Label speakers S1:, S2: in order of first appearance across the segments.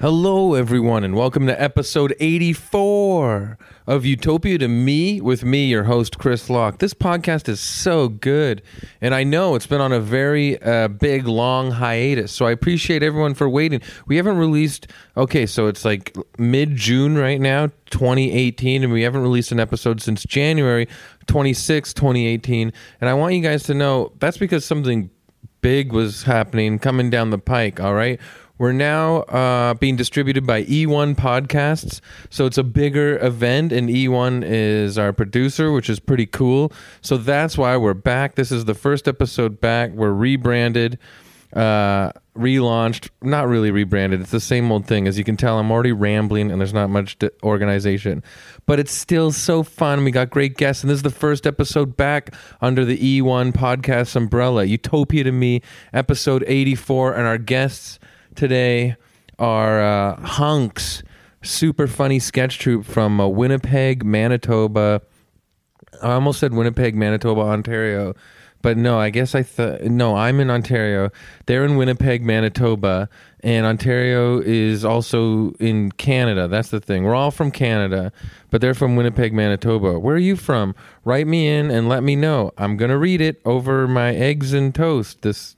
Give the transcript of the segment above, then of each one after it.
S1: Hello, everyone, and welcome to episode 84 of Utopia to Me with me, your host, Chris Locke. This podcast is so good, and I know it's been on a very uh, big, long hiatus, so I appreciate everyone for waiting. We haven't released, okay, so it's like mid June right now, 2018, and we haven't released an episode since January 26, 2018. And I want you guys to know that's because something big was happening coming down the pike. All right. We're now uh, being distributed by E1 Podcasts. So it's a bigger event, and E1 is our producer, which is pretty cool. So that's why we're back. This is the first episode back. We're rebranded, uh, relaunched. Not really rebranded. It's the same old thing. As you can tell, I'm already rambling, and there's not much to organization. But it's still so fun. We got great guests, and this is the first episode back under the E1 Podcast umbrella. Utopia to Me, episode 84, and our guests today are uh, Hunks, super funny sketch troupe from uh, Winnipeg, Manitoba. I almost said Winnipeg, Manitoba, Ontario, but no, I guess I thought no. I'm in Ontario. They're in Winnipeg, Manitoba, and Ontario is also in Canada. That's the thing. We're all from Canada, but they're from Winnipeg, Manitoba. Where are you from? Write me in and let me know. I'm gonna read it over my eggs and toast this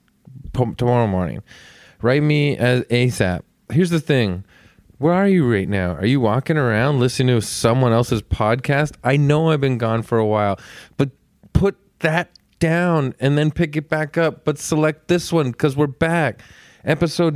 S1: p- tomorrow morning. Write me as ASAP. Here's the thing. Where are you right now? Are you walking around listening to someone else's podcast? I know I've been gone for a while, but put that down and then pick it back up, but select this one because we're back. Episode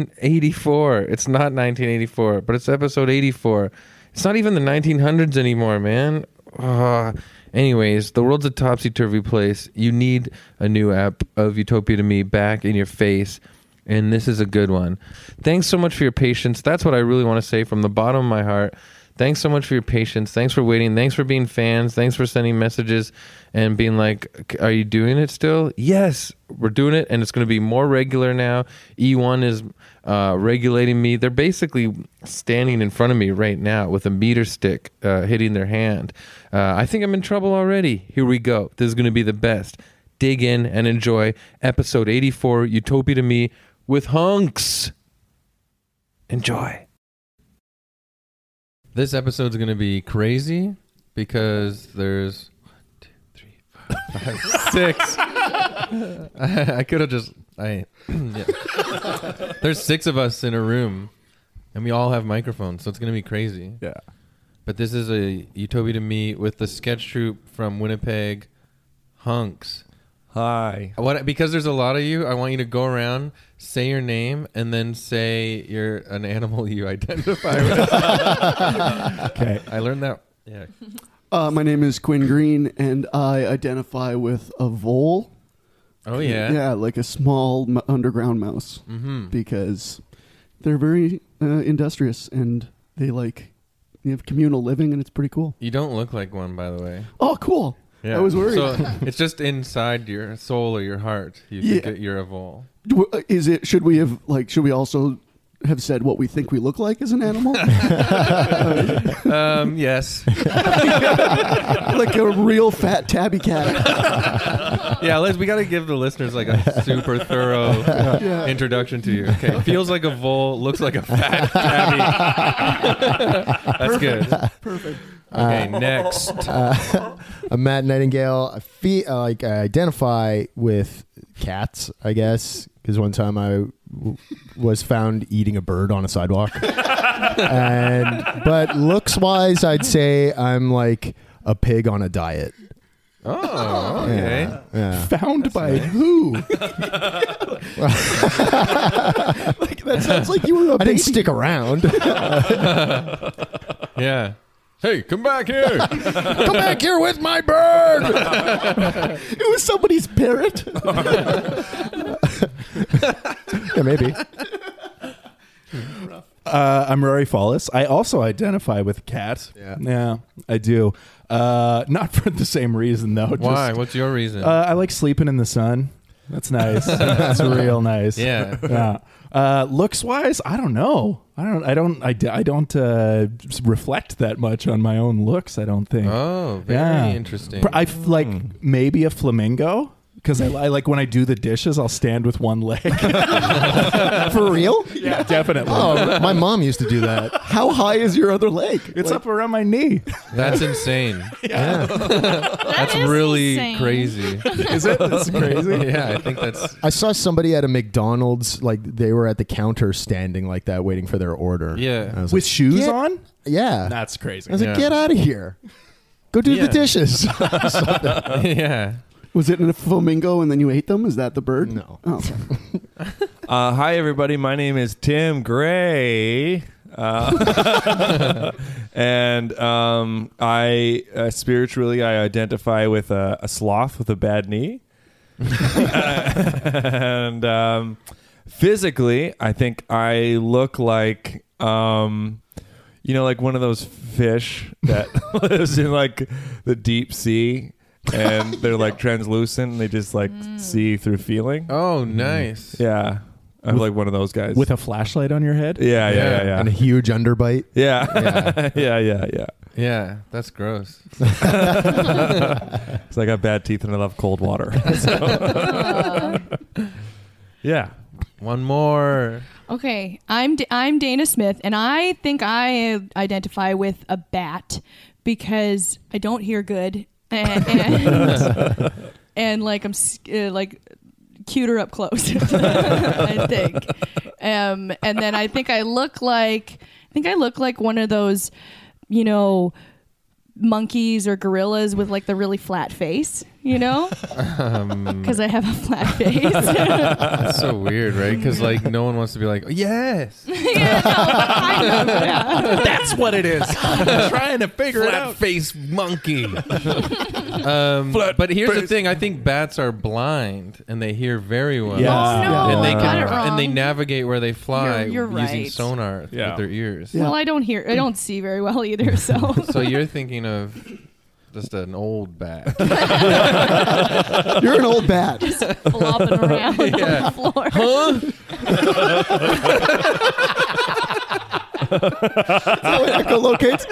S1: 1984. It's not 1984, but it's episode 84. It's not even the 1900s anymore, man. Ah. anyways, the world's a topsy turvy place. You need a new app of Utopia to Me back in your face and this is a good one. Thanks so much for your patience. That's what I really want to say from the bottom of my heart. Thanks so much for your patience. Thanks for waiting. Thanks for being fans. Thanks for sending messages and being like, "Are you doing it still?" Yes, we're doing it, and it's going to be more regular now. E1 is uh, regulating me. They're basically standing in front of me right now with a meter stick uh, hitting their hand. Uh, I think I'm in trouble already. Here we go. This is going to be the best. Dig in and enjoy episode 84 Utopia to Me with Hunks. Enjoy. This episode's going to be crazy because there's one, two, three, four, five, six. I, I could have just. I. yeah. There's six of us in a room, and we all have microphones, so it's going to be crazy.
S2: Yeah.
S1: But this is a Utopia to me with the sketch troupe from Winnipeg, Hunks.
S2: Hi.
S1: What? Because there's a lot of you. I want you to go around, say your name, and then say you're an animal you identify with.
S2: Okay.
S1: I learned that. Yeah.
S3: Uh, my name is Quinn Green, and I identify with a vole.
S1: Oh yeah.
S3: Yeah, like a small m- underground mouse,
S1: Mm-hmm.
S3: because they're very uh, industrious and they like you have communal living, and it's pretty cool.
S1: You don't look like one, by the way.
S3: Oh, cool! I was worried.
S1: So it's just inside your soul or your heart. You
S3: Yeah.
S1: think that you're a vole.
S3: W- uh, Is it? Should we have like? Should we also have said what we think we look like as an animal,
S1: Um. yes.
S3: like a real fat tabby cat?
S1: Yeah. Let's. We got to give the listeners like a super thorough
S3: Yeah.
S1: introduction to you. Okay. Feels like a vole. Looks like a fat tabby. That's good.
S3: Perfect.
S1: Okay. next.
S4: I'm Uh, Matt Nightingale. uh, I feel like I identify with cats, I guess, because one time I w- was found eating a bird on a sidewalk. and but looks wise, I'd say I'm like a pig on a diet.
S1: Oh, okay.
S4: Yeah, yeah.
S5: Found by who? like, that sounds like you were a
S4: I
S5: baby.
S4: didn't stick around.
S1: Yeah. Hey, come back here.
S4: Come back here with my bird.
S5: It was somebody's parrot.
S4: yeah, maybe.
S5: Uh, I'm Rory Fallis. I also identify with cat.
S4: Yeah.
S5: I do. Uh, not for the same reason though. Just,
S1: Why? What's your reason?
S5: Uh, I like sleeping in the sun. That's nice. That's real nice.
S1: yeah.
S5: Yeah. Uh, looks wise, I don't know. I don't. I don't. I, d- I don't uh, s- reflect that much on my own looks. I don't think.
S1: Oh, very
S5: Yeah.
S1: interesting.
S5: Pr- I f-
S1: Hmm.
S5: like maybe a flamingo because I, I like when I do the dishes, I'll stand with one leg.
S4: For real?
S5: yeah, definitely.
S4: Oh, my mom used to do that.
S5: How high is your other leg? It's up around my knee.
S1: That's insane. That's
S6: is
S1: really
S6: insane.
S1: crazy.
S5: Is it? That's crazy.
S1: yeah, I think that's.
S4: I saw somebody at a McDonald's, like they were at the counter standing like that, waiting for their order.
S1: Yeah.
S4: I was
S5: With
S4: like,
S5: shoes
S4: "Get-
S5: on?
S4: Yeah.
S5: That's
S4: I
S5: crazy.
S4: was like,
S1: Yeah.
S4: get out of here. Go do
S1: Yeah.
S4: the dishes.
S1: yeah.
S3: Was it in a flamingo and then you ate them? Is that the bird?
S4: No.
S3: Oh, okay.
S7: Uh, hi, everybody. My name is Tim Gray. Uh, and um, I uh, spiritually I identify with a, a sloth with a bad knee, and um, physically I think I look like um, you know like one of those fish that lives in like the deep sea, and they're like translucent and they just like see through feeling.
S1: Oh, nice.
S7: Yeah. I'm like one of those guys.
S5: With a flashlight on your head?
S7: yeah,
S1: Yeah,
S7: yeah, yeah,
S4: And a
S7: yeah.
S4: huge underbite.
S7: Yeah. yeah, yeah, yeah.
S1: Yeah, that's gross.
S7: It's like I have bad teeth and I love cold water. yeah.
S1: One more.
S6: Okay, I'm D- I'm Dana Smith, and I think I identify with a bat because I don't hear good, and and, and like I'm s- uh, like cuter up close. I think, um, and then I think I look like I think I look like one of those, you know, monkeys or gorillas with like the really flat face, you know,
S1: Um,
S6: because I have a flat face.
S1: That's so weird, right? Because like no one wants to be like, oh, yes,
S6: yeah, no, kind of, yeah.
S5: That's what it is. I'm trying to figure it
S1: flat
S5: out.
S1: face monkey. um, but here's the thing: I think bats are blind and they hear very well.
S5: Yeah.
S6: Oh, no,
S1: And they
S6: I
S1: can,
S6: got it wrong.
S1: and they navigate where they fly
S6: You're- you're
S1: using
S6: right.
S1: sonar
S7: Yeah.
S1: with their ears.
S6: Well, I don't hear, I don't see very well either. So
S1: So you're thinking of just an old bat.
S3: You're an old bat.
S6: flopping around on
S1: Yeah.
S6: the floor.
S1: huh?
S4: Echolocates.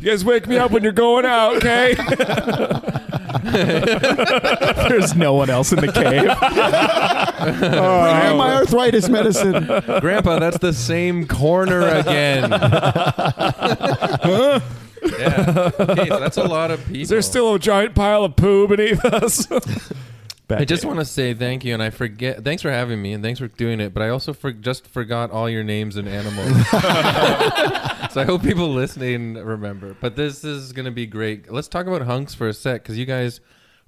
S7: You guys wake me up when you're going out, okay?
S5: There's no one else in the cave. Oh.
S3: Bring me my arthritis medicine.
S1: Grandpa, that's the same corner again. yeah. Okay, so that's a lot of people.
S7: Is there still a giant pile of poo beneath us?
S1: I just want to say thank you, and I forget. Thanks for having me, and thanks for doing it. But I also for, just forgot all your names and animals. so I hope people listening remember. But this is going to be great. Let's talk about hunks for a sec, because you guys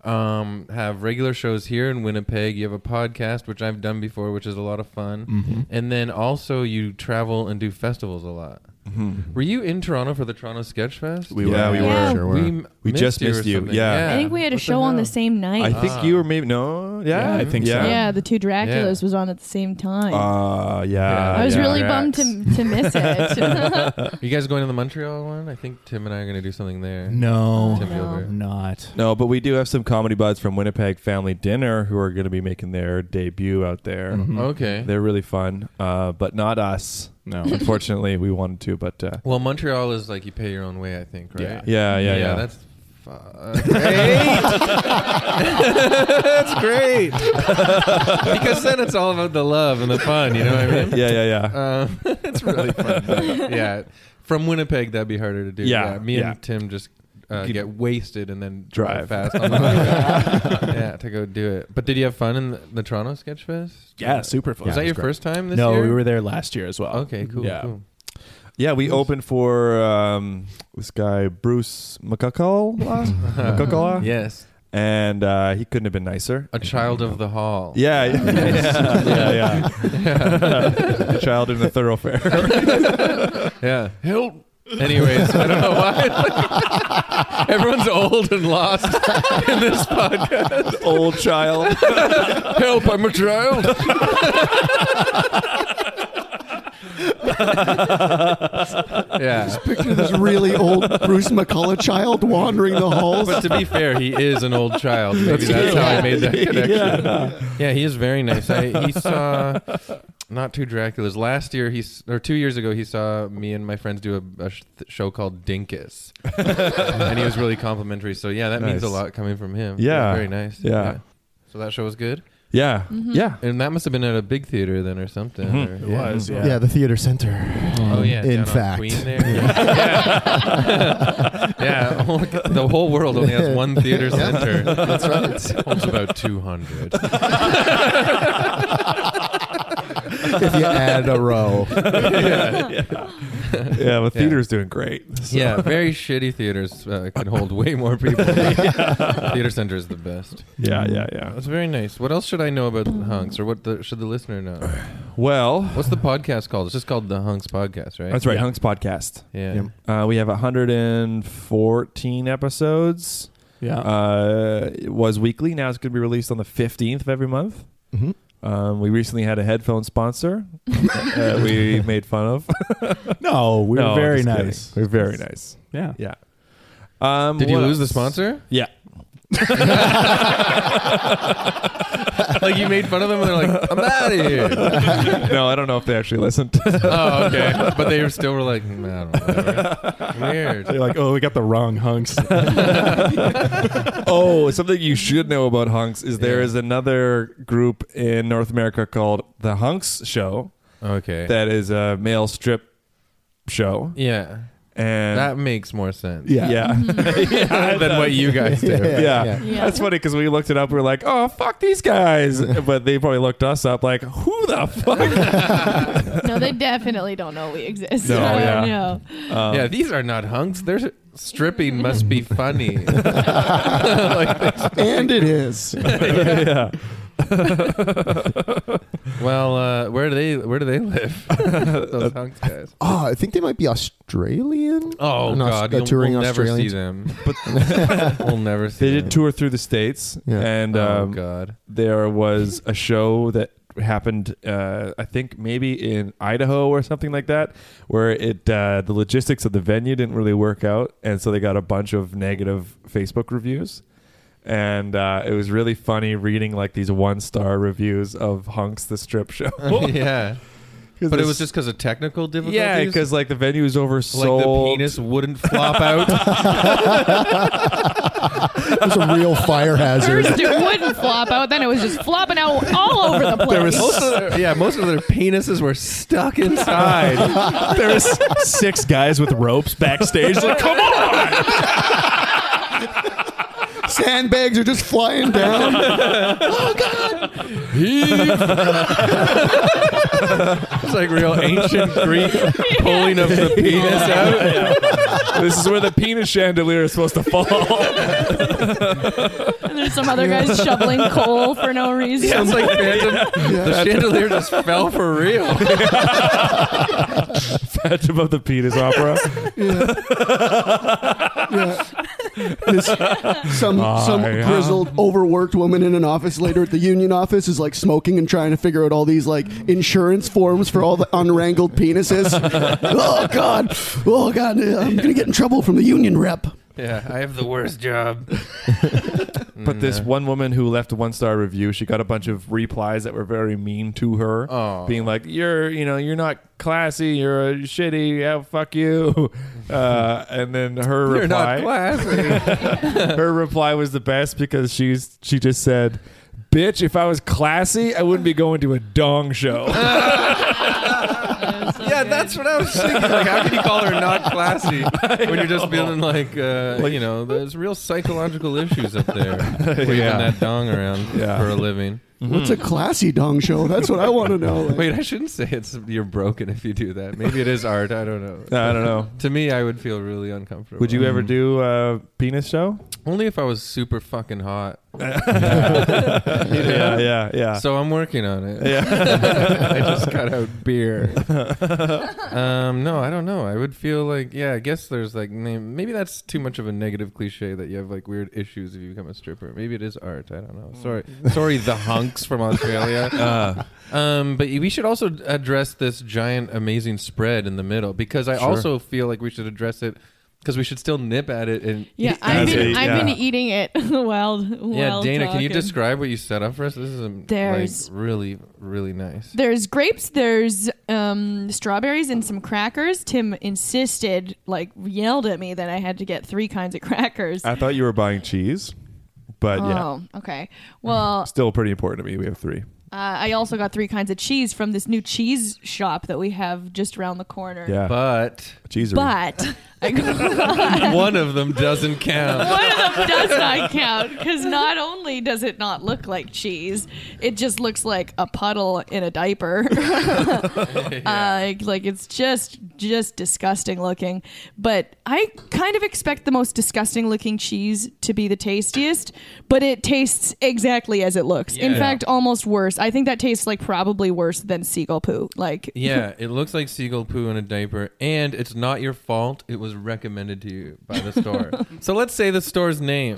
S1: um, have regular shows here in Winnipeg. You have a podcast, which I've done before, which is a lot of fun.
S7: Mm-hmm.
S1: And then also you travel and do festivals a lot. Were you in Toronto for the Toronto Sketch Fest?
S7: Mm-hmm. We were.
S6: Yeah, we were.
S4: Sure
S1: We,
S4: were.
S1: m-
S7: We just
S1: or
S7: missed you,
S1: something.
S7: yeah.
S6: I think we had a
S1: What the
S6: show on
S1: hell?
S6: the same
S7: I
S6: night.
S7: think you were maybe no. Ah. Yeah,
S5: Yeah, I think so.
S7: yeah.
S6: yeah, the two Draculas
S1: Yeah.
S6: was on at the same time.
S7: Uh, yeah,
S6: I was
S7: yeah.
S6: really
S1: Drax.
S6: bummed to, to miss it.
S1: Are you guys going to the Montreal one? I think Tim and I are going to do something there.
S5: No,
S1: Tim
S6: No.
S1: Gilbert.
S5: I'm not.
S7: No, but we do have some comedy buds from Winnipeg Family Dinner who are going to be making their debut out there.
S1: Okay.
S7: They're really fun, uh, but not us.
S5: No.
S7: Unfortunately, we wanted to, but uh,
S1: Well, Montreal is like you pay your own way, I think, right?
S5: Yeah.
S7: yeah, yeah, yeah.
S1: That's fu- great. that's great. because then it's all about the love and the fun. You know what I mean?
S7: yeah, yeah, yeah.
S1: Um, it's really fun. yeah. From Winnipeg, that'd be harder to do.
S7: Yeah,
S1: Me
S7: yeah.
S1: and Tim just uh,
S7: could
S1: get wasted and then
S7: drive.
S1: fast on the highway. yeah, to go do it. But did you have fun in the, the Toronto Sketch Fest?
S5: Yeah, super fun.
S1: was that your first time this
S5: no,
S1: year?
S5: we were there last year as well.
S1: Okay, cool.
S5: Yeah.
S1: cool.
S7: Yeah, we opened for um, this guy Bruce McCuckall, McCuckall,
S1: Yes,
S7: and uh, he couldn't have been nicer.
S1: a child of the hall.
S7: Yeah, yeah, yeah, yeah. Child in the thoroughfare.
S1: yeah. Anyways, I don't know why. Everyone's old and lost in this podcast.
S7: Old child.
S1: Help! I'm a child. yeah.
S3: Picture this really old Bruce McCullough child wandering the halls.
S1: But to be fair, he is an old child. Maybe that's how I made that connection. Yeah, he is very nice. I, he saw not two Draculas last year. He s- or two years ago, he saw me and my friends do a, a sh- show called Dinkus, and he was really complimentary. So yeah, that means a
S7: Nice.
S1: lot coming from him.
S7: Yeah.
S1: very nice.
S7: Yeah.
S1: So that show was good,
S7: Yeah, yeah.
S1: and that must have been at a big theater then, or something.
S7: Mhm.
S1: or-
S5: Mm-hmm. It was, yeah.
S4: Yeah. the theater center.
S1: Oh yeah,
S4: in
S1: down on
S4: fact.
S1: Queen there. yeah, Yeah, all- the whole world only has one theater center. That's right. Holds about two hundred.
S4: if you add a row.
S7: Yeah, but theater's doing great.
S1: Yeah, very shitty theaters uh, can hold way more people. Theater center is the best.
S7: Yeah, yeah, yeah.
S1: That's very nice. What else should I know about the hunks, or what the, should the listener know?
S7: Well,
S1: What's the podcast called? It's just called the Hunks Podcast, right?
S7: that's right. Hunks Podcast.
S1: Yeah.
S4: Yep.
S7: Uh, we have 114 episodes.
S5: Yeah.
S7: Uh, it was weekly. Now it's going to be released on the 15th of every month.
S1: Mm-hmm.
S4: Mhm.
S7: Um, we recently had a headphone sponsor that uh, we made fun of.
S5: no, we were
S7: No,
S5: very
S7: just kidding.
S5: nice.
S7: We We're very nice.
S5: Yeah.
S7: Yeah. Um,
S1: Did you
S7: what
S1: lose the
S7: else?
S1: sponsor?
S7: Yeah.
S1: Like you made fun of them, and they're like, "I'm out of here."
S7: no, I don't know if they actually listened.
S1: Oh, okay. But they were still were like, "Mm, I don't know. Weird.
S5: They're like, oh, we got the wrong hunks.
S7: oh, something you should know about hunks is there
S1: Yeah.
S7: is another group in North America called the Hunks Show
S1: Okay.
S7: that is a male strip show,
S1: yeah.
S7: and
S1: That makes more sense.
S7: yeah, Yeah,
S1: Than what you guys do.
S6: Yeah.
S7: Yeah. That's funny because we looked it up. We were like, oh, fuck these guys. But they probably looked us up like, who the fuck?
S6: no, they definitely don't know we exist.
S7: No,
S6: I don't
S7: yeah.
S6: know.
S7: Um,
S1: yeah, these are not hunks. They're stripping must be funny. Like,
S3: and it is.
S7: yeah.
S1: well, uh, where do they where do they live?
S7: Uh,
S1: Those hunks guys.
S4: Oh, I think they might be Australian.
S1: Oh
S4: An Aus-
S1: God,
S4: a
S1: you'll,
S4: touring
S1: we'll never see
S4: Australians.
S1: them. we'll never see.
S7: They
S1: them.
S7: did tour through the States.
S4: Yeah.
S7: And
S1: oh
S7: um,
S1: God.
S7: there was a show that happened, uh, I think maybe in Idaho or something like that, where it uh, the logistics of the venue didn't really work out. And so they got a bunch of negative Facebook reviews. And uh, it was really funny reading like these one star reviews of Hunks the Strip Show.
S1: yeah, but it was just because of technical difficulties.
S7: Yeah, because like the venue is
S1: like
S7: oversold.
S1: the penis wouldn't flop out.
S4: It was a real fire hazard.
S6: First, it wouldn't flop out. Then it was just flopping out all over the place.
S1: most of their, yeah, most of their penises were stuck inside.
S5: there was six guys with ropes backstage. Like, come on!
S4: Sandbags are just flying down.
S1: It's like real ancient Greek pulling of the penis out.
S7: this is where the penis chandelier is supposed to fall.
S6: and there's some other guys shoveling coal for no reason.
S1: Sounds like phantom. The chandelier just fell for real.
S7: Phantom of the Penis Opera.
S1: Mm-hmm.
S3: Yeah. yeah. This, some some
S7: yeah.
S3: grizzled, overworked woman in an office later at the union office is like smoking and trying to figure out all these like insurance forms for all the unwrangled penises. oh god, oh god, yeah, I'm gonna get in trouble from the union rep.
S1: Yeah, I have the worst job.
S7: But this one woman who left a one star review, she got a bunch of replies that were very mean to her,
S1: Aw.
S7: being like, "You're, you know, you're not classy. You're a shitty. Yeah, fuck you." Uh, and then her
S1: You're
S7: reply,
S1: not classy.
S7: her reply was the best because she's she just said. Bitch, if I was classy, I wouldn't be going to a dong show.
S1: yeah, that's what I was thinking. Like, how can you call her not classy when you're just feeling like, uh, you know, there's real psychological issues up there waving
S7: Yeah.
S1: that dong around
S7: Yeah.
S1: for a living.
S3: What's a
S1: Mm-hmm.
S3: classy dong show? That's what I want to know. Like,
S1: Wait, I shouldn't say it's you're broken if you do that. Maybe it is art. I don't know.
S7: I don't know.
S1: To me, I would feel really uncomfortable.
S7: Would you ever do a penis show?
S1: Only if I was super fucking hot.
S7: yeah, yeah, yeah.
S1: So I'm working on it.
S7: Ah. Yeah.
S1: I just got out beer. um, no, I don't know. I would feel like, yeah, I guess there's like, may- maybe that's too much of a negative cliche that you have like weird issues if you become a stripper. Maybe it is art. I don't know. Sorry, sorry, the hunks from Australia. Um, but we should also address this giant, amazing spread in the middle because I also feel like we should address it because we should still nip at it and
S6: Yeah, I've
S7: That's
S6: been,
S7: it,
S6: I've
S7: yeah.
S6: been eating it while, while
S1: Yeah, Dana, can you
S6: talking.
S1: describe what you set up for us? This is um,
S6: There's-
S1: like really, really nice.
S6: There's grapes, there's um, strawberries, and some crackers. Tim insisted, like, yelled at me that I had to get three kinds of crackers.
S7: I thought you were buying cheese, but yeah,
S6: oh, okay. Well,
S7: still pretty important to me. We have three.
S6: uh, I also got three kinds of cheese from this new cheese shop that we have just around the corner.
S7: Yeah,
S1: But
S7: cheese.
S6: But I
S1: one of them doesn't count.
S6: One of them does not count because not only does it not look like cheese, it just looks like a puddle in a diaper. uh, like it's just just disgusting looking. But I kind of expect the most disgusting looking cheese to be the tastiest, but it tastes exactly as it looks. in
S1: Yeah.
S6: fact, almost worse. I think that tastes like probably worse than seagull poo. Like
S1: Yeah, it looks like seagull poo in a diaper, and it's not your fault. It was recommended to you by the store. so let's say the store's name.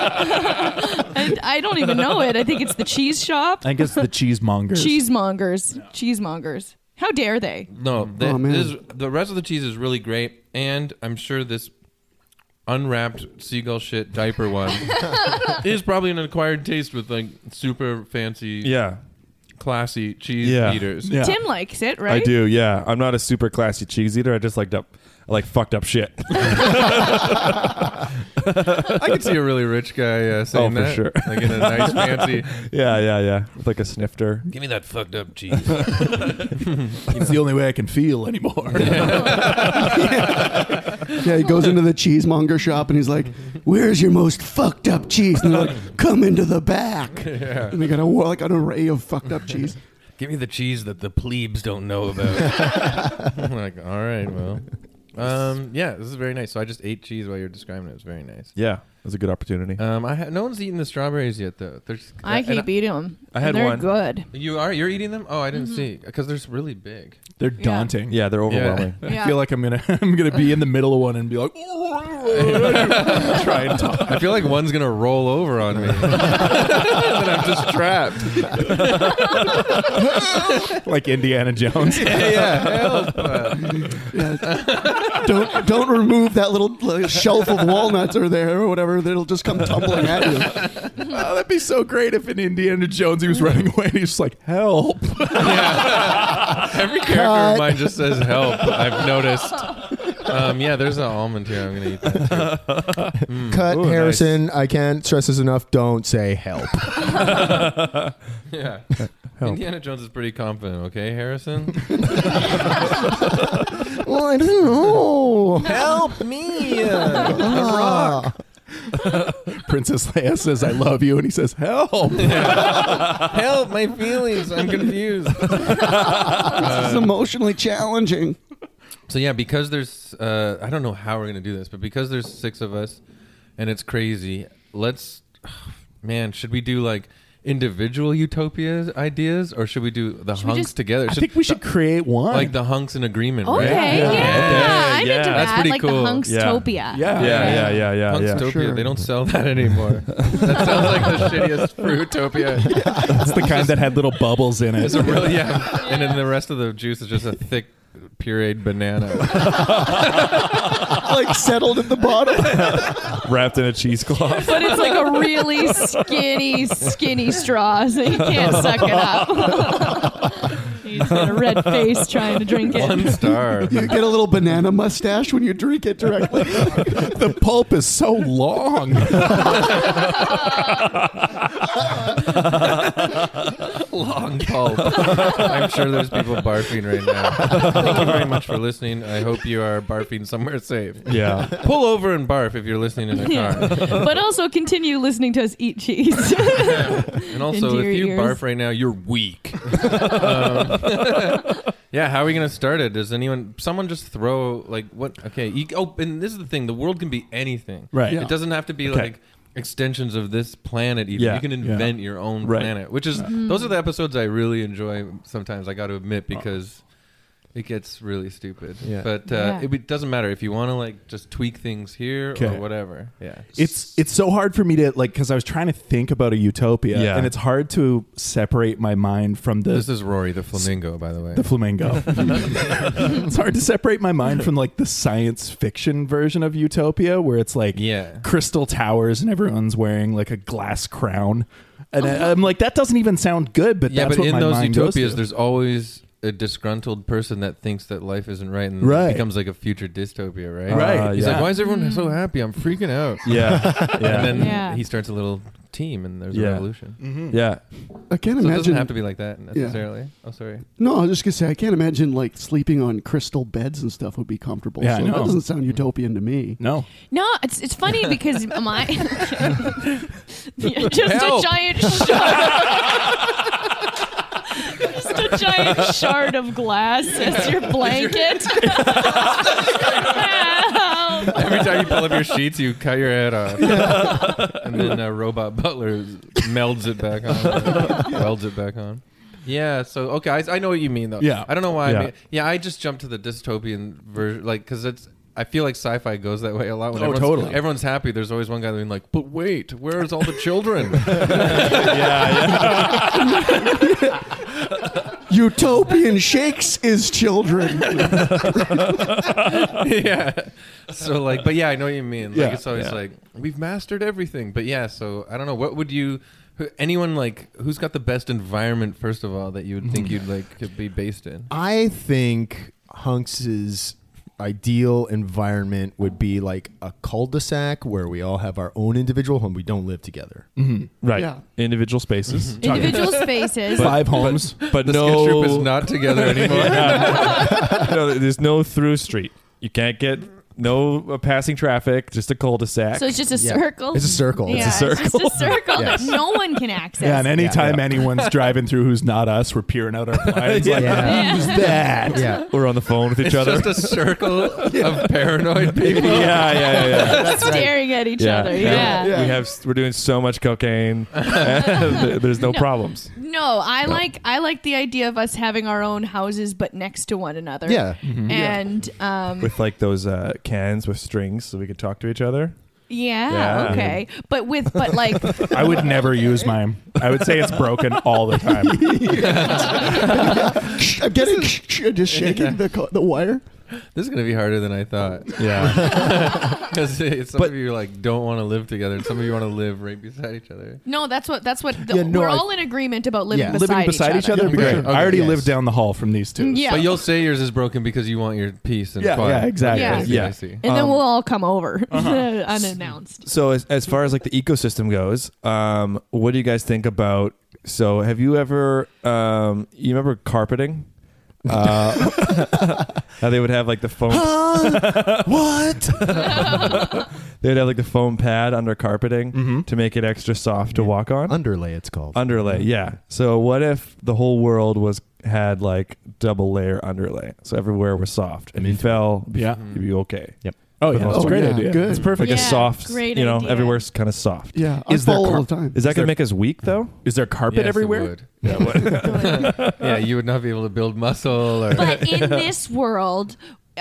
S6: I, I don't even know it. I think it's the cheese shop.
S5: I guess the cheesemonger.
S6: Cheesemongers. Cheesemongers. How dare they?
S1: No, the,
S3: Oh, man.
S1: this, the rest of the cheese is really great, and I'm sure this unwrapped seagull shit diaper one is probably an acquired taste with like super fancy,
S7: Yeah,
S1: classy cheese
S7: Yeah.
S1: eaters.
S5: Yeah.
S6: Tim likes it, right?
S7: I do. Yeah, I'm not a super classy cheese eater. I just liked up, I like fucked up shit.
S1: I could see a really rich guy uh, saying
S7: for
S1: that,
S7: sure.
S1: like in a nice fancy.
S7: yeah, yeah, yeah. With like a snifter.
S1: Give me that fucked up cheese.
S5: It's the only way I can feel anymore.
S3: yeah, he goes into the cheesemonger shop and he's like, "Where's your most fucked up cheese?" And they're like, "Come into the back." And they got a like an array of fucked up cheese.
S1: Give me the cheese that the plebes don't know about. I'm like, all right, well. Um, yeah, this is very nice. So I just ate cheese while you were describing it. It was very nice.
S7: Yeah, it was a good opportunity.
S1: Um, I ha- no one's eaten the strawberries yet, though. There's,
S6: I
S1: and
S6: keep eating them.
S7: I had
S6: They're
S7: one.
S6: good.
S1: You are you're eating them? Oh, I didn't see because they're really big.
S5: They're daunting.
S7: yeah, they're overwhelming.
S1: Yeah.
S5: I
S6: Yeah.
S5: feel like I'm gonna I'm gonna be in the middle of one and be like try and talk.
S1: I feel like one's gonna roll over on me, and I'm just trapped.
S7: like Indiana Jones.
S1: Yeah, yeah, help. Uh,
S3: Don't don't remove that little like, shelf of walnuts or there or whatever. They'll just come tumbling at you.
S5: Oh, that'd be so great if in Indiana Jones he was running away and he's just like, help.
S1: yeah. Every character
S4: Cut.
S1: of mine just says help. I've noticed. Um, yeah, there's an almond here. I'm gonna eat that.
S4: Cut
S7: Ooh,
S4: Harrison. I can't stress this enough. Don't say help.
S1: Yeah. Indiana Jones is pretty confident, okay, Harrison?
S4: well, I don't know.
S1: Help me!
S4: Ah.
S5: Princess Leia says, I love you, and he says, help.
S1: Help my feelings. I'm confused.
S3: This is emotionally challenging.
S1: so, yeah, because there's, uh, I don't know how we're going to do this, but because there's six of us and it's crazy, let's, man, should we do like individual utopias ideas or should we do the
S6: we
S1: hunks
S6: just-
S1: together?
S5: I think we should create one.
S1: like the hunks in agreement, right?
S6: Okay, yeah.
S7: Yeah. Yeah,
S6: I'm
S7: yeah.
S6: into
S1: That's
S6: that.
S1: pretty
S6: Like
S1: cool.
S6: the Hunkstopia.
S5: yeah,
S7: yeah, yeah, yeah, Uh, yeah, yeah.
S1: Hunkstopia,
S3: Sure.
S1: they don't sell that anymore. that sounds like the shittiest fruitopia.
S5: It's the kind that had little bubbles in it.
S1: It's a really yeah, and then the rest of the juice is just a thick pureed banana.
S3: Like settled at the bottom.
S7: Wrapped in a cheesecloth.
S6: But it's like a really skinny, skinny straw, so you can't suck it up. He's got a red face trying to drink it.
S1: One star.
S3: You get a little banana mustache when you drink it directly.
S5: the pulp is so long.
S1: Long pulp. I'm sure there's people barfing right now. Thank you very much for listening. I hope you are barfing somewhere safe.
S7: Yeah.
S1: Pull over and barf if you're listening in a car.
S6: but also continue listening to us eat cheese.
S1: And also,
S6: Into
S1: if
S6: your
S1: you
S6: ears.
S1: barf right now, you're weak. Um, yeah, how are we gonna start it? Does anyone? Someone just throw like what? Okay, you, oh, and this is the thing: the world can be anything.
S5: Right.
S3: Yeah.
S1: It doesn't have to be
S5: Okay.
S1: like extensions of this planet. Even
S5: Yeah,
S1: you can
S5: yeah.
S1: invent your own
S5: Right.
S1: planet, which is
S6: Mm-hmm.
S1: those are the episodes I really enjoy. Sometimes I got to admit
S5: Oh.
S1: because. It gets really stupid,
S4: Yeah.
S1: but uh,
S6: Yeah.
S1: it, it doesn't matter if you want to like just tweak things here
S5: Okay.
S1: or whatever. Yeah,
S5: it's it's so hard for me to like because I was trying to think about a utopia,
S7: Yeah.
S5: and it's hard to separate my mind from the
S1: this is Rory the flamingo, by the way.
S5: the flamingo. it's hard to separate my mind from like the science fiction version of utopia, where it's like
S1: Yeah.
S5: crystal towers and everyone's wearing like a glass crown, and I, am like that doesn't even sound good, but
S1: yeah,
S5: that's
S1: but
S5: what
S1: in
S5: my
S1: those
S5: mind goes
S1: utopias,
S5: to.
S1: there's always a disgruntled person that thinks that life isn't right, and
S5: Right.
S1: it becomes like a future dystopia, right?
S5: Right,
S1: He's
S5: yeah.
S1: like, "Why is everyone so happy? I'm freaking out."
S5: yeah, yeah,
S1: And then
S6: Yeah.
S1: he starts a little team, and there's a
S5: Yeah.
S1: revolution.
S5: yeah.
S3: I can't
S1: So it doesn't
S3: imagine.
S1: have to be like that necessarily. Oh, sorry.
S3: no, I was just gonna say I can't imagine like sleeping on crystal beds and stuff would be comfortable.
S5: Yeah, I
S3: so that
S5: know.
S3: doesn't sound utopian to me.
S5: No,
S6: no, it's it's funny because my just
S1: Help.
S6: a giant shard. Just a giant shard of glass as your blanket. Help.
S1: Every time you pull up your sheets, you cut your head off, and then uh, Robot Butler melds it back on, welds it back on. Yeah. So okay, I, I know what you mean though.
S5: Yeah.
S1: I don't know why.
S5: Yeah.
S1: I mean, yeah. I just jumped to the dystopian version, like because it's. I feel like sci-fi goes that way a lot. When
S5: Oh,
S1: everyone's,
S5: totally.
S1: Everyone's happy. There's always one guy being like, "But wait, where's all the children?"
S3: Utopian shakes is children.
S1: yeah. So like, but yeah, I know what you mean. Like,
S5: Yeah,
S1: it's always
S5: yeah.
S1: like we've mastered everything. But yeah, so I don't know. What would you? who- Anyone like who's got the best environment? First of all, that you would think you'd like could be based in.
S4: I think Hunks's ideal environment would be like a cul-de-sac where we all have our own individual home. We don't live together.
S7: Right.
S3: Yeah.
S7: Individual spaces.
S6: Individual spaces.
S5: five homes.
S7: But
S1: The
S7: no,
S1: sketch group is not together anymore.
S7: no, there's no through street. You can't get no uh, passing traffic. Just a cul-de-sac.
S6: So it's just a
S4: Yeah.
S6: circle.
S4: It's a circle. It's
S6: Yeah,
S4: a circle.
S6: It's just a circle
S4: Yes.
S6: that no one can access.
S5: Yeah, and anytime anyone's driving through who's not us, we're peering out our blinds like,
S4: Yeah.
S5: who's that?
S4: Yeah.
S7: We're on the phone with each
S1: It's
S7: other.
S1: just a circle of paranoid people.
S7: yeah, yeah, yeah, yeah.
S6: staring at each other. Yeah.
S7: We have we're doing so much cocaine. There's no, problems.
S6: No, I like I like the idea of us having our own houses but next to one another.
S4: Yeah.
S3: Mm-hmm.
S6: And um
S7: With like those uh, cans with strings so we could talk to each other.
S6: yeah,
S7: Yeah.
S6: okay. But with but like
S5: I would never use mine. I would say it's broken all the time.
S3: I'm getting just shaking the co- the wire.
S1: This is gonna be harder than I thought.
S7: Yeah.
S1: Because some of you like don't want to live together, and some of you want to live right beside each other.
S6: no, that's what that's what the,
S4: Yeah, no,
S6: we're
S4: I-
S6: all in agreement about living
S4: Yeah.
S6: beside,
S5: Living beside each other would be great.
S4: Okay,
S5: I already
S4: yes.
S5: live down the hall from these two.
S6: Mm, Yeah.
S1: But you'll say yours is broken because you want your peace and
S5: Yeah,
S1: quiet.
S5: yeah, exactly.
S1: I see,
S7: Yeah.
S1: I see.
S6: and then we'll all come over unannounced.
S7: so as as far as like the ecosystem goes, um, what do you guys think about? So have you ever um, you remember carpeting? Uh, how they would have like the foam.
S4: What?
S7: They'd have like the foam pad under carpeting to make it extra soft to walk on.
S4: Underlay it's called.
S7: underlay, yeah. So what if the whole world was had like double layer underlay, so everywhere was soft, and you fell,
S5: Yeah.
S7: you'd
S6: Mm-hmm.
S7: be okay.
S4: Yep.
S5: Oh, yeah.
S7: Oh,
S5: That's a great
S3: yeah,
S5: idea.
S3: good.
S5: It's
S7: Like
S5: perfect.
S7: a
S6: Yeah,
S7: soft,
S6: great
S7: you know,
S6: idea.
S7: everwe's kind of soft.
S3: Yeah,
S5: Is
S3: I
S5: there
S3: fall all
S5: car-
S3: the time.
S7: Is that
S5: there-
S7: gonna make us weak though?
S5: Is there carpet
S1: Yes, it
S5: everywhere?
S1: would. yeah, you would not be able to build muscle or
S6: but in this world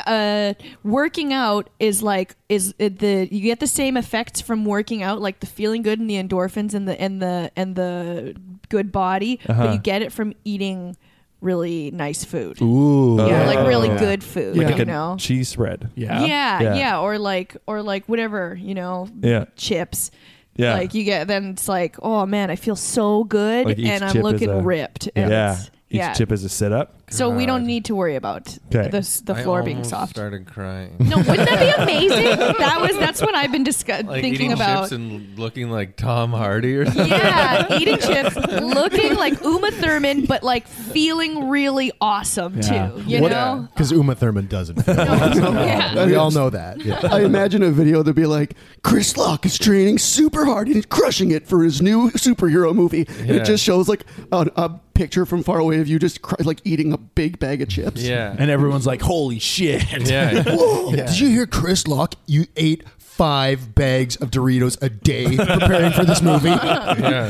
S6: uh working out is like is it the you get the same effects from working out like the feeling good and the endorphins and the and the and the good body
S7: Uh-huh.
S6: but you get it from eating really nice food
S5: Ooh.
S6: yeah
S7: Oh.
S6: like really
S7: Yeah.
S6: good food
S3: Like
S6: you
S7: Like a
S6: know
S7: cheese spread.
S5: Yeah.
S6: yeah. Yeah,
S7: Yeah.
S6: or like or like whatever you know
S7: Yeah.
S6: chips
S7: Yeah.
S6: like you get then it's like oh man i feel so good
S7: Like each
S6: and i'm
S7: chip is
S6: looking
S7: a-
S6: ripped and
S7: Yeah.
S6: it's-
S7: Each
S6: yeah
S7: chip is a sit up.
S6: So we don't
S1: God.
S6: need to worry about
S7: Okay.
S6: the s- the
S1: I
S6: floor being
S1: almost
S6: soft.
S1: Started crying.
S6: No, wouldn't that be amazing? that was that's what I've been discuss-
S1: like eating
S6: thinking
S1: chips
S6: about.
S1: and looking like Tom Hardy or something.
S6: yeah, eating chips, looking like Uma Thurman, but like feeling really awesome
S5: Yeah.
S6: too. You know?
S4: Because Uma Thurman doesn't. Feel
S6: yeah.
S4: we all know that. Yeah.
S3: I imagine a video that'd be like, Chris Locke is training super hard and crushing it for his new superhero movie. And
S1: Yeah.
S3: it just shows like a, a picture from far away of you just cr- like eating a big bag of chips.
S1: Yeah.
S5: And everyone's like, "Holy shit!"
S1: yeah.
S4: Whoa! Did you hear Chris Locke? You ate five bags of Doritos a day preparing for this movie.
S1: yeah.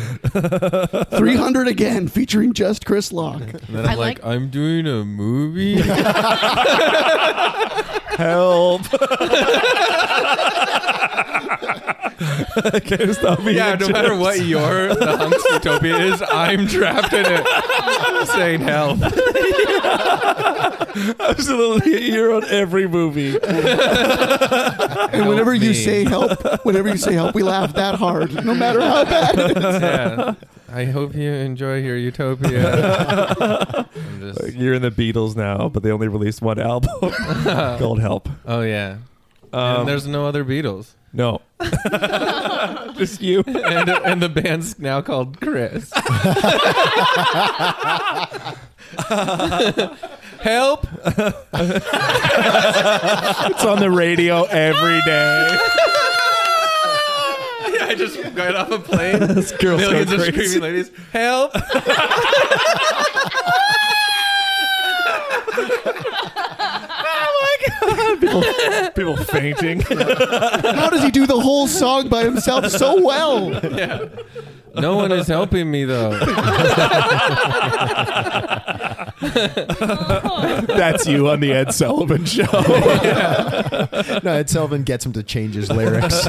S3: 300 again, featuring just Chris Locke.
S1: And then I'm
S6: I
S1: like,
S6: like-
S1: I'm doing a movie.
S7: Help. Can't stop me.
S1: yeah, no matter what your the hunks utopia is, I'm trapped in it. Saying hell.
S7: Absolutely. You're on every movie.
S3: And whenever
S1: Help
S3: you
S1: me.
S3: say help, whenever you say help, we laugh that hard, no matter how bad. it is.
S1: Yeah. I hope you enjoy your utopia. I'm just,
S7: You're in the Beatles now, but they only released one album called Help.
S1: oh yeah. and
S7: Um,
S1: there's no other Beatles.
S7: no. Just you.
S1: And, and the band's now called Chris. Help!
S5: it's on the radio every day.
S1: I just got off a plane.
S7: girl's so
S1: Millions of
S7: crazy.
S1: screaming ladies. Help!
S7: People fainting.
S3: How does he do the whole song by himself so well?
S1: No one is helping me though.
S5: That's you on the Ed Sullivan show.
S4: no, Ed Sullivan gets him to change his lyrics.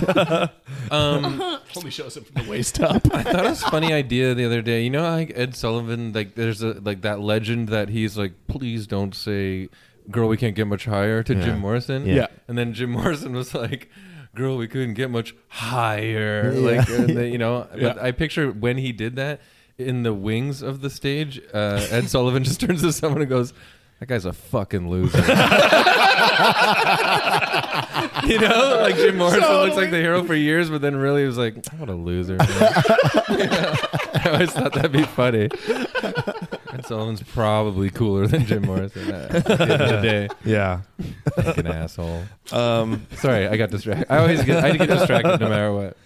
S1: Um,
S5: Only shows up from the waist up.
S1: I thought it was a funny idea the other day. You know, like Ed Sullivan, like there's a like that legend that he's like, please don't say, "Girl, we can't get much higher" to Jim Morrison.
S5: Yeah.
S1: and then Jim Morrison was like. Girl, we couldn't get much higher. Like, and they- you know, but
S5: Yeah.
S1: I picture when he did that in the wings of the stage, uh, Ed Sullivan just turns to someone and goes, That guy's a fucking loser. you know, like Jim Morrison looks like the hero for years, but then really was like, What a loser. man." I always thought that'd be funny. Ed Sullivan's probably cooler than Jim Morrison. uh, At the end of the day,
S7: yeah.
S1: fucking asshole.
S7: Um,
S1: Sorry, I got distracted. I always get I get distracted no matter what.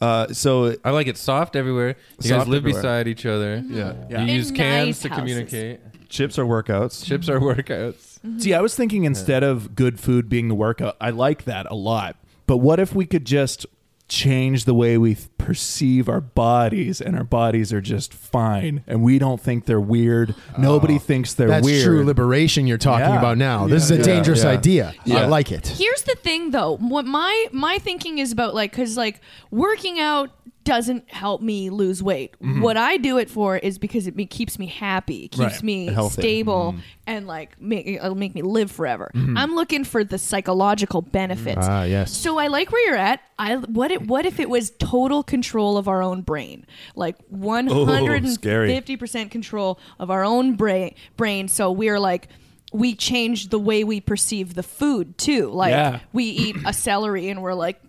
S7: uh, so
S1: I like it soft everywhere. You guys
S7: Soft
S1: live
S7: everywhere.
S1: beside each other.
S7: yeah.
S5: Yeah.
S1: You
S6: In
S1: use cans
S6: nice
S1: to
S6: houses.
S1: communicate.
S7: Chips are workouts.
S1: Chips are workouts.
S5: See, I was thinking instead of good food being the workout, I like that a lot. But what if we could just change the way we th- perceive our bodies and our bodies are just fine and we don't think they're weird. Nobody
S7: Oh,
S5: thinks they're
S4: That's
S5: weird.
S4: true liberation you're talking
S5: Yeah.
S4: about now. This is a
S7: Yeah.
S4: dangerous
S7: Yeah.
S4: idea. I
S7: Yeah.
S4: like it.
S6: Here's the thing though. What my my thinking is about like cuz like working out doesn't help me lose weight.
S4: Mm-hmm.
S6: What I do it for is because it me- keeps me happy, keeps
S5: Right.
S6: me
S4: Healthy. Mm-hmm.
S6: stable and like make, it'll make me live forever. I'm looking for the psychological benefits.
S4: Ah, yes.
S6: So I like where you're at. I what it, what if it was total control of our own brain, like
S4: Oh,
S6: one hundred and fifty percent control of our own brain. Brain. So we're like. We change the way we perceive the food too. Like
S5: Yeah.
S6: we eat a celery and we're like,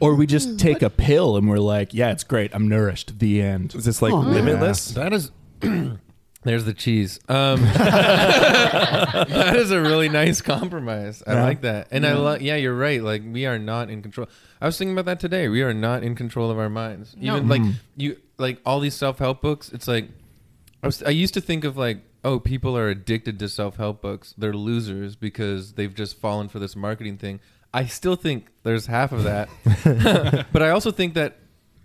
S5: Or we just take a pill and we're like, yeah, it's great. I'm nourished. The end.
S7: Is this like limitless?
S1: That is. There's the cheese. Um, that is a really nice compromise. I
S5: Yeah.
S1: like that, and I love. Yeah, you're right. Like we are not in control. I was thinking about that today. We are not in control of our minds. Even like you, like all these self help books. It's like I was. I used to think of like, oh, people are addicted to self help books. They're losers because they've just fallen for this marketing thing. I still think there's half of that, but I also think that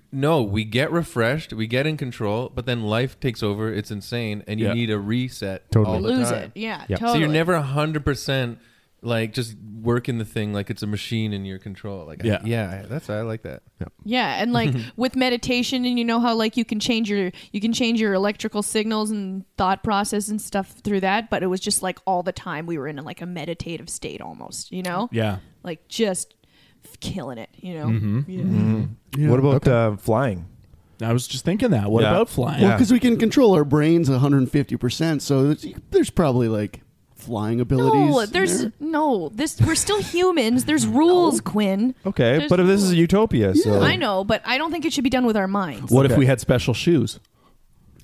S1: no, we get refreshed, we get in control, but then life takes over. It's insane, and you
S5: Yeah.
S1: need a reset.
S4: Totally.
S1: all the
S6: lose
S1: time.
S6: it. Yeah,
S4: Yep. So
S6: totally.
S1: So you're never hundred percent like just working the thing like it's a machine in your control. Like yeah,
S5: Yeah.
S1: yeah, that's I like that.
S6: Yeah, and like with meditation, and you know how like you can change your you can change your electrical signals and thought process and stuff through that. But it was just like all the time we were in like a meditative state almost, you know,
S5: Yeah.
S6: like just f- killing it, you know. Yeah.
S7: What about uh, flying?
S5: I was just thinking that. What
S7: Yeah.
S5: about flying?
S7: Yeah.
S3: because we can control our brains 150 percent. So there's, there's probably like flying abilities.
S6: No,
S3: in
S6: there's
S3: there.
S6: no. This we're still humans. There's rules, Quinn.
S7: Okay,
S6: There's
S7: but if this is a utopia, so
S6: I know, but I don't think it should be done with our minds.
S5: What if we had special shoes?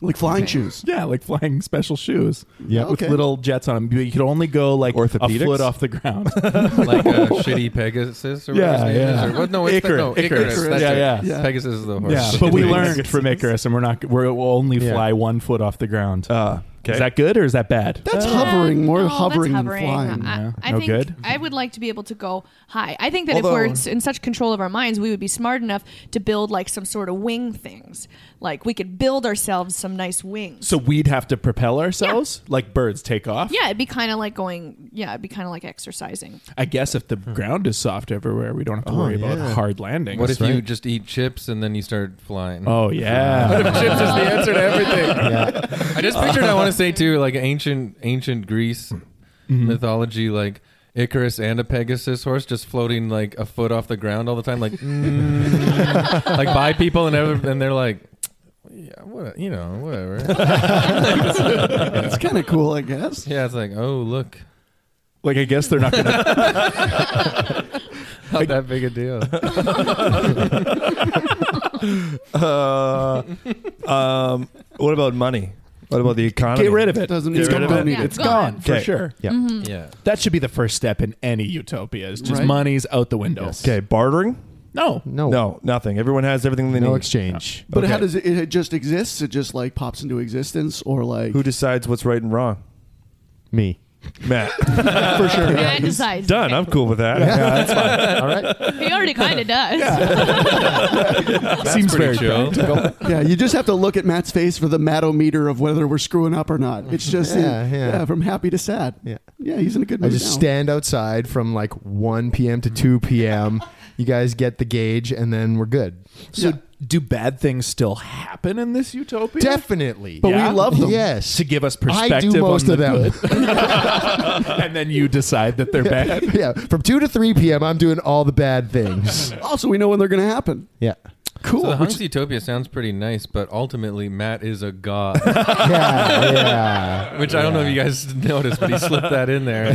S3: like flying shoes.
S5: Yeah, like flying special shoes.
S4: Yeah.
S5: with
S3: Okay.
S5: little jets on them. You could only go like a
S7: Orthopedics?
S5: foot off the ground.
S1: like a shitty Pegasus or
S5: Yeah,
S1: whatever his name
S5: yeah.
S1: is, or what? No, it's
S5: Icarus.
S1: the, no, Icarus.
S5: Icarus.
S1: That's
S5: Yeah,
S1: it.
S5: yeah.
S3: Yeah.
S1: Pegasus is the horse.
S5: yeah, but we
S1: Anyways.
S5: learned from Icarus, and we're not. We're, we'll only
S4: Yeah.
S5: fly one foot off the ground.
S7: Uh, okay.
S5: Is that good or is that bad?
S3: That's
S6: Yeah,
S3: hovering, more
S6: no, that's
S3: hovering than
S6: hovering.
S3: flying.
S6: I,
S5: Yeah.
S6: I
S5: No
S6: think
S5: good?
S6: I would like to be able to go high. I think that
S7: Although-
S6: if we're in such control of our minds, we would be smart enough to build like some sort of wing things. Like we could build ourselves some nice wings.
S5: so we'd have to propel ourselves like birds take off.
S6: yeah, it'd be kind of like going. Yeah, it'd be kind of like exercising.
S5: I guess if the ground is soft everywhere, we don't have to worry about
S4: Hmm. Oh, yeah.
S5: hard landings.
S1: What if
S5: right?
S1: you just eat chips and then you start flying?
S5: Oh yeah.
S1: chips is the answer to everything. I just pictured. I want to say too, like ancient ancient Greece Mm-hmm. mythology, like Icarus and a Pegasus horse just floating like a foot off the ground all the time, like mm, like by people and ever, and they're like. Yeah, what, you know, whatever.
S3: It's kind of cool, I guess.
S1: Yeah, it's like, oh, look,
S5: like I guess they're not going to.
S1: not that big a deal.
S7: Uh, um, what about money? What about the economy?
S5: Get rid of it.
S3: Doesn't
S5: it's
S3: need it.
S5: gone.
S3: Don't need
S6: it.
S5: It's
S6: Yeah,
S5: gone
S6: gone.
S5: for
S7: Okay.
S5: sure.
S4: Yeah.
S1: Yeah,
S5: That should be the first step in any utopia. Is just
S3: Right.
S5: money's out the window.
S7: Okay, bartering?
S5: No.
S4: No.
S7: No, nothing. Everyone has everything they
S4: No
S7: need.
S4: exchange.
S3: But how
S7: Okay.
S3: does it, it just exists? It just like pops into existence, or like
S7: Who decides what's right and wrong?
S4: Me.
S7: Matt.
S3: for sure?
S6: Yeah,
S3: Yeah.
S6: it decides.
S7: Done. I'm cool with that.
S4: All right.
S6: He already kind of does.
S5: Seems very
S1: chill.
S5: practical.
S3: Yeah, you just have to look at Matt's face for the matometer of whether we're screwing up or not. It's just
S4: Yeah,
S3: yeah,
S4: yeah.
S3: from happy to sad.
S4: Yeah.
S3: yeah, he's in a good
S4: I
S3: mood
S4: just
S3: now.
S4: stand outside from like 1 p.m. to 2 p.m. You guys get the gauge, and then we're good.
S5: So,
S3: Yeah.
S5: do bad things still happen in this utopia?
S4: Definitely.
S3: but
S5: Yeah.
S3: we love them.
S4: Yes.
S5: to give us
S4: I
S5: perspective
S4: do most
S5: on
S4: of
S5: the
S4: them.
S5: good, and then you decide that they're bad.
S4: yeah. From 2 to 3 p.m., I'm doing all the bad things.
S3: Also, we know when they're going to happen.
S4: Yeah.
S1: So
S3: Cool.
S1: the Hunks Utopia sounds pretty nice, but ultimately Matt is a god,
S4: Yeah. Yeah.
S1: which I don't know if you guys noticed, but he slipped that in there.
S6: I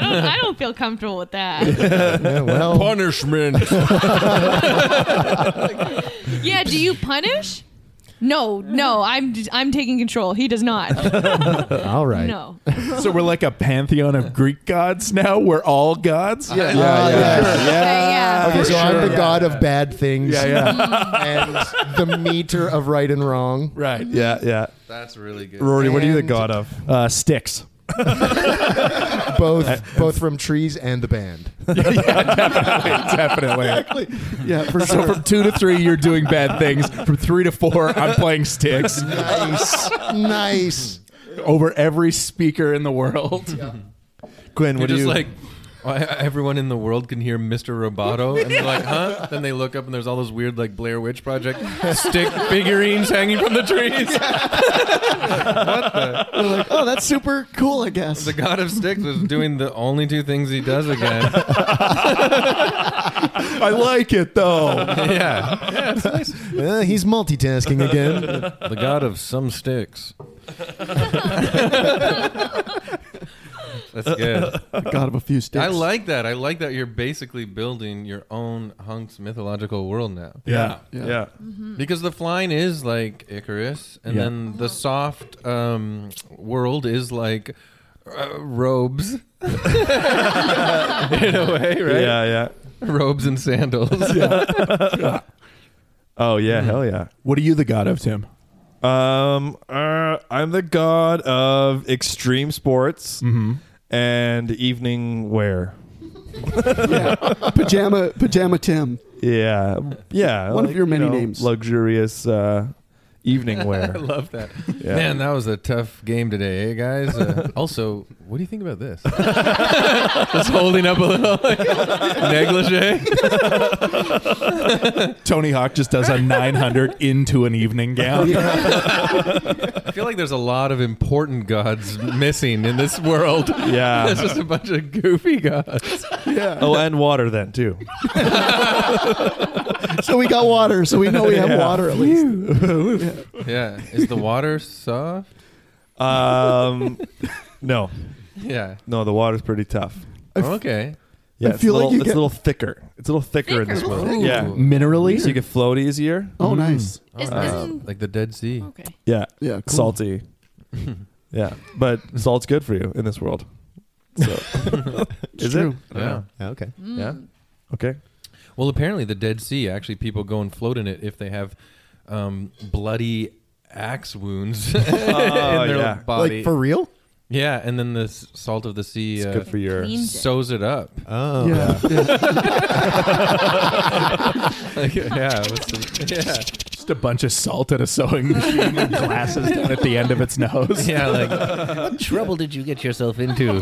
S6: don't. I don't feel comfortable with that.
S4: Yeah, well,
S1: Punishment.
S6: Yeah. Do you punish? No, no. I'm. I'm taking control. He does not.
S4: all right.
S6: No.
S5: so we're like a pantheon of Greek gods now. We're all
S3: Oh,
S5: gods.
S4: Uh,
S5: Oh, Yeah.
S4: yes.
S6: Okay, yeah.
S4: Okay, so
S5: sure.
S4: I'm the
S5: Yeah.
S4: god of bad things.
S5: Yeah, yeah.
S6: Mm.
S4: and the meter of right and wrong.
S5: right.
S7: yeah, yeah.
S1: That's really good.
S7: Rory, what are you the
S4: And-
S7: god of?
S5: Uh, sticks.
S4: Both both from trees and the band.
S5: Definitely.
S3: Yeah, for
S5: So
S3: sure.
S5: from two to three, you're doing bad things. From three to four, I'm playing sticks
S4: Nice. nice.
S5: over every speaker in the world.
S7: Quinn,
S1: You're
S7: what do
S1: just
S7: you
S1: like why- everyone in the world can hear Mr. Roboto, and they're like, "Huh?" Then they look up, and there's all those weird like Blair Witch Project stick figurines hanging from the trees.
S3: We're like, oh, that's super cool. I guess.
S1: The God of Sticks was doing the only two things he does again.
S5: I like it though.
S1: yeah,
S4: Uh, he's multitasking again.
S1: the God of some sticks. That's good.
S3: God of a few sticks.
S1: I like that. I like that you're basically building your own hunks mythological world now.
S5: Yeah.
S7: Yeah.
S1: Because the flying is like Icarus, and
S5: Yeah.
S1: then the soft um, world is like uh, robes, in a way, right?
S7: Yeah, yeah.
S1: Robes and sandals.
S7: Oh yeah,
S3: Mm-hmm.
S7: hell yeah.
S5: What are you the god of, Tim?
S7: Um, uh, I'm the god of extreme sports
S3: Mm-hmm.
S7: and evening wear.
S3: pajama pajama Tim.
S7: Yeah, yeah.
S3: One of your many
S7: you know,
S3: names.
S7: Luxurious uh, evening wear.
S1: I love that.
S7: Yeah.
S1: Man, that was a tough game today, eh, guys? Uh, also, what do you think about this? Just holding up a little negligee.
S5: Tony Hawk just does a 900 into an evening gown.
S1: I feel like there's a lot of important gods missing in this world.
S7: Yeah.
S1: It's just a bunch of goofy gods.
S3: Yeah.
S7: Oh, and water then too.
S3: So we got water, so we know we have water at least.
S1: Yeah. Is the water soft?
S7: Um, no,
S1: Yeah.
S7: no, the water's pretty tough.
S1: okay.
S7: Yeah,
S3: I
S7: it's
S3: feel
S7: a
S3: like
S7: little,
S3: you
S7: it's
S3: get-
S7: a little thicker. It's a little thicker, in this
S6: Thicker.
S7: world.
S6: Ooh.
S7: Yeah,
S4: Minerally?
S7: so you can float easier.
S3: Oh, nice.
S6: Is-
S7: Uh,
S1: Alright.
S6: isn't-
S1: Uh, like the Dead Sea.
S6: Okay.
S7: Yeah,
S3: Yeah, cool.
S7: salty. yeah, but salt's good for you in this world. So. Is
S3: true.
S7: it? Yeah.
S4: Yeah, okay.
S1: Mm.
S7: Yeah. Okay.
S1: Well, apparently the Dead Sea actually people go and float in it if they have um, bloody axe wounds in their
S7: yeah.
S1: body.
S4: Like for real?
S1: yeah, and then the s- salt of the sea
S7: It's
S1: uh,
S7: good for your.
S6: Cleans it.
S1: sews it up.
S4: Oh.
S3: Yeah.
S1: Like, yeah, what's the-
S5: Just a bunch of salt at a sewing machine and glasses down at the end of its nose.
S1: yeah, yeah, like
S8: trouble did you get yourself into?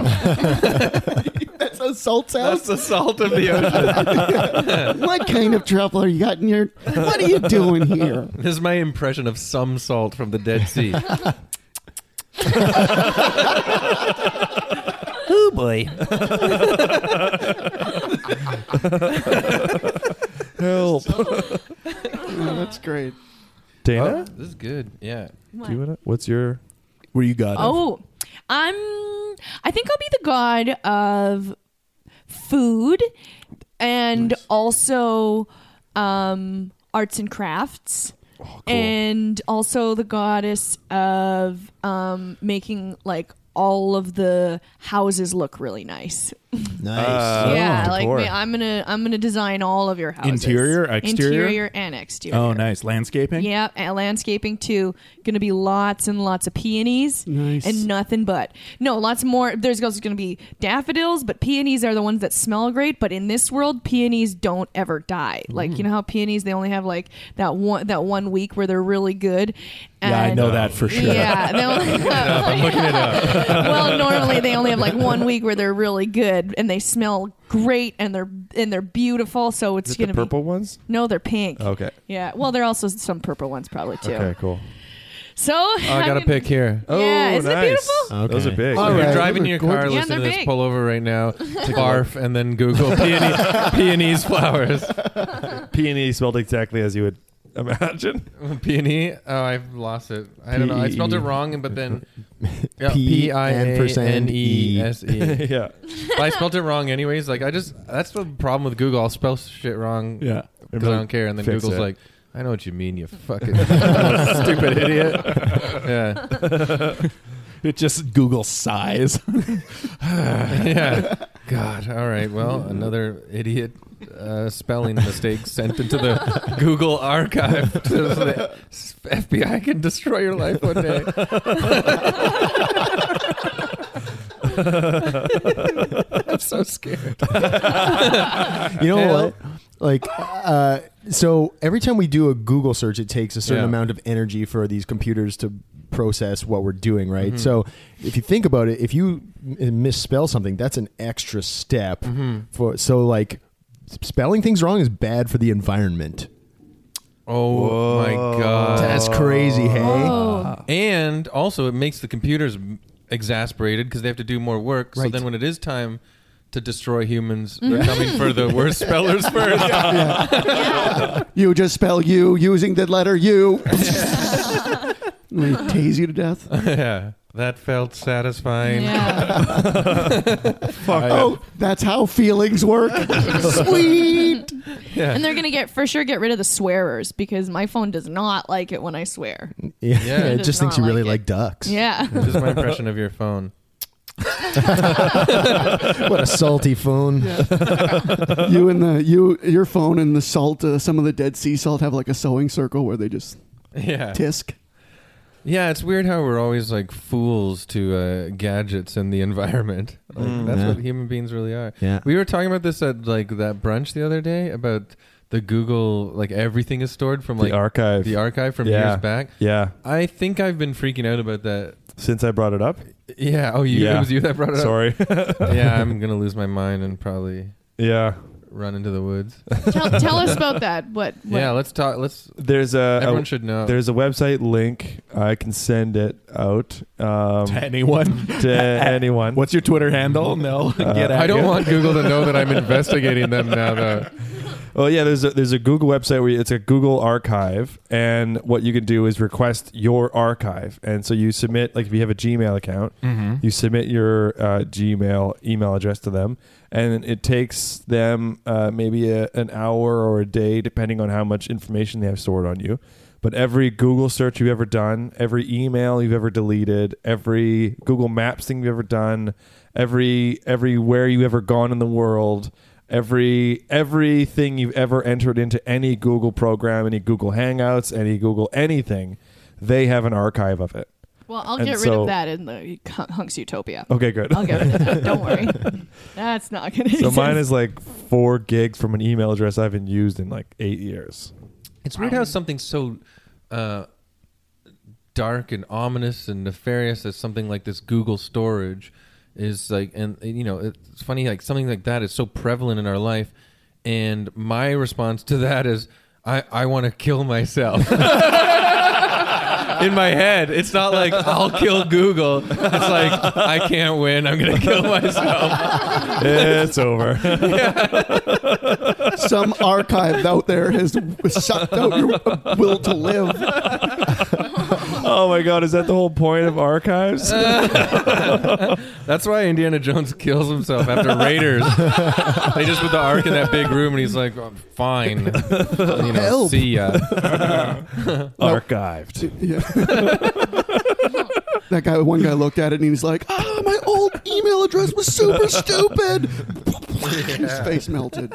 S3: That's how salt sounds.
S1: the salt of the ocean.
S3: what kind of trouble are you got in your? What are you doing here?
S1: this is my impression of some salt from the Dead Sea.
S8: oh boy.
S7: Help.
S3: Oh, that's great. Oh.
S7: Dana,
S1: Oh, This is good. Yeah.
S6: What?
S7: do you wanna, what's your.
S5: Where you got it?
S6: Oh, I'm. I think I'll be the god of food and also um, arts and crafts.
S7: Oh,
S6: And also the goddess of um, making like all of the houses look really nice.
S4: Nice.
S7: Uh,
S6: yeah,
S7: Oh,
S6: like
S7: decor.
S6: me, I'm gonna I'm gonna design all of your houses,
S5: Interior, exterior?
S6: interior and exterior.
S5: Oh, nice. Landscaping?
S6: Yeah, and landscaping too. Going to be lots and lots of peonies
S3: Nice.
S6: and nothing but. No, lots more. There's also going to be daffodils, but peonies are the ones that smell great. But in this world, peonies don't ever die. Like you know how peonies they only have like that one that one week where they're really good.
S5: Yeah, I
S6: and-
S5: know that for sure.
S6: Yeah, they only have, I'm looking it up. well, normally they only have like one week where they're really good and they smell great and they're and they're beautiful. So it's
S7: Is it
S6: gonna
S7: the
S6: be
S7: purple Oh, ones?
S6: no, they're pink.
S7: Okay.
S6: Yeah. Well, there are also some purple ones probably too.
S7: Okay, cool.
S6: So
S1: Oh, I got a pick here.
S6: Yeah, isn't it beautiful?
S4: Okay.
S7: Those are big.
S3: All
S1: If
S3: right.
S1: you're driving in your car,
S6: Yeah,
S1: listen to
S6: they're
S1: this,
S6: big.
S1: pull over right now, barf, and then Google peony,
S7: E,
S1: peonies flowers.
S7: Peony E spelled exactly as you would imagine.
S1: Peony? Oh, I've lost it. I don't know. I spelled it wrong, and but then yeah,
S4: P and
S1: I N
S4: percent
S1: E
S4: E.
S1: S E.
S7: yeah.
S1: But I spelled it wrong anyways. Like I just that's the problem with Google. I'll spell shit wrong because
S5: Yeah.
S1: I don't care, and then
S7: Fix
S1: Google's
S7: it.
S1: like, I know what you mean, you fucking stupid idiot. Yeah,
S5: It just Google size.
S1: yeah. God. All right. Well, another idiot. Uh, spelling mistake sent into the Google archive so the FBI can destroy your life one day. I'm so scared.
S4: You know
S1: Yeah.
S4: what? Like, uh, so every time we do a Google search, it takes a certain
S1: Yeah.
S4: amount of energy for these computers to process what we're doing, right? So if you think about it, if you m- misspell something, that's an extra step. For so like spelling things wrong is bad for the environment.
S1: Oh my god.
S4: That's crazy, hey?
S6: Oh.
S1: And also, it makes the computers m- exasperated because they have to do more work. So
S4: Right.
S1: then, when it is time to destroy humans,
S6: Mm-hmm.
S1: they're coming for the worst spellers first.
S3: You just spell you using the letter U. They tase you to death.
S1: yeah, that felt satisfying.
S6: Yeah.
S3: Oh, that's how feelings work. Sweet.
S6: and they're gonna get for sure get rid of the swearers because my phone does not like it when I swear.
S4: Yeah,
S1: Yeah.
S4: it
S6: Does
S4: just thinks you
S6: not
S4: really
S6: like it.
S4: like ducks.
S6: Yeah.
S1: This is my impression of your phone.
S4: what a salty phone.
S3: You and the you your phone and the salt. Uh, some of the Dead Sea salt have like a sewing circle where they just
S1: Yeah.
S3: tisk.
S1: Yeah, it's weird how we're always like fools to uh, gadgets and the environment. Like, that's
S4: Yeah.
S1: what human beings really are.
S4: Yeah.
S1: We were talking about this at like that brunch the other day about the Google, like everything is stored from like
S7: the archive.
S1: the archive from
S7: Yeah.
S1: years back.
S7: yeah.
S1: I think I've been freaking out about that.
S7: Since I brought it up.
S1: Yeah. Oh, you,
S7: Yeah.
S1: it was you that brought it
S7: Sorry.
S1: up. Yeah, I'm gonna lose my mind and probably
S7: yeah.
S1: run into the woods.
S6: tell, tell us about that. What? what-
S1: yeah, let's talk. Let's.
S7: There's a
S1: Everyone
S7: a-
S1: should know.
S7: Uh, oh, There's a website link. I can send it out um,
S5: To anyone?
S7: to anyone.
S5: What's your Twitter handle? No, get out.
S1: I don't want Google to know that I'm investigating them now, though.
S7: Oh yeah, there's a there's a Google website where you, it's a Google archive, and what you can do is request your archive, and so you submit like if you have a Gmail account, you submit your uh, Gmail email address to them, and it takes them uh, maybe a, an hour or a day, depending on how much information they have stored on you. But every Google search you've ever done, every email you've ever deleted, every Google Maps thing you've ever done, every everywhere you've ever gone in the world, every everything you've ever entered into any Google program, any Google Hangouts, any Google anything, they have an archive of it.
S6: well, I'll
S7: and
S6: get rid
S7: so-
S6: of that in the hun- Hunks Utopia.
S7: Okay, good.
S6: I'll get rid of that. Don't worry. That's not going to
S7: So mine is like four gigs from an email address I haven't used in like eight years.
S1: It's weird how something so uh, dark and ominous and nefarious as something like this Google storage is like, and and, you know, it's funny like something like that is so prevalent in our life. And my response to that is, I I want to kill myself. In my head, it's not like I'll kill Google. It's like I can't win. I'm gonna kill myself.
S7: it's over.
S3: Some archive out there has sucked out your will to live.
S7: oh my god, is that the whole point of archives?
S1: That's why Indiana Jones kills himself after Raiders. they just put the ark in that big room, and he's like, "I'm "Fine, you know,
S3: Help.
S1: see ya."
S7: Archived.
S3: Yeah. that guy, one guy looked at it and he's like, "Ah, my old email address was super stupid." His face melted.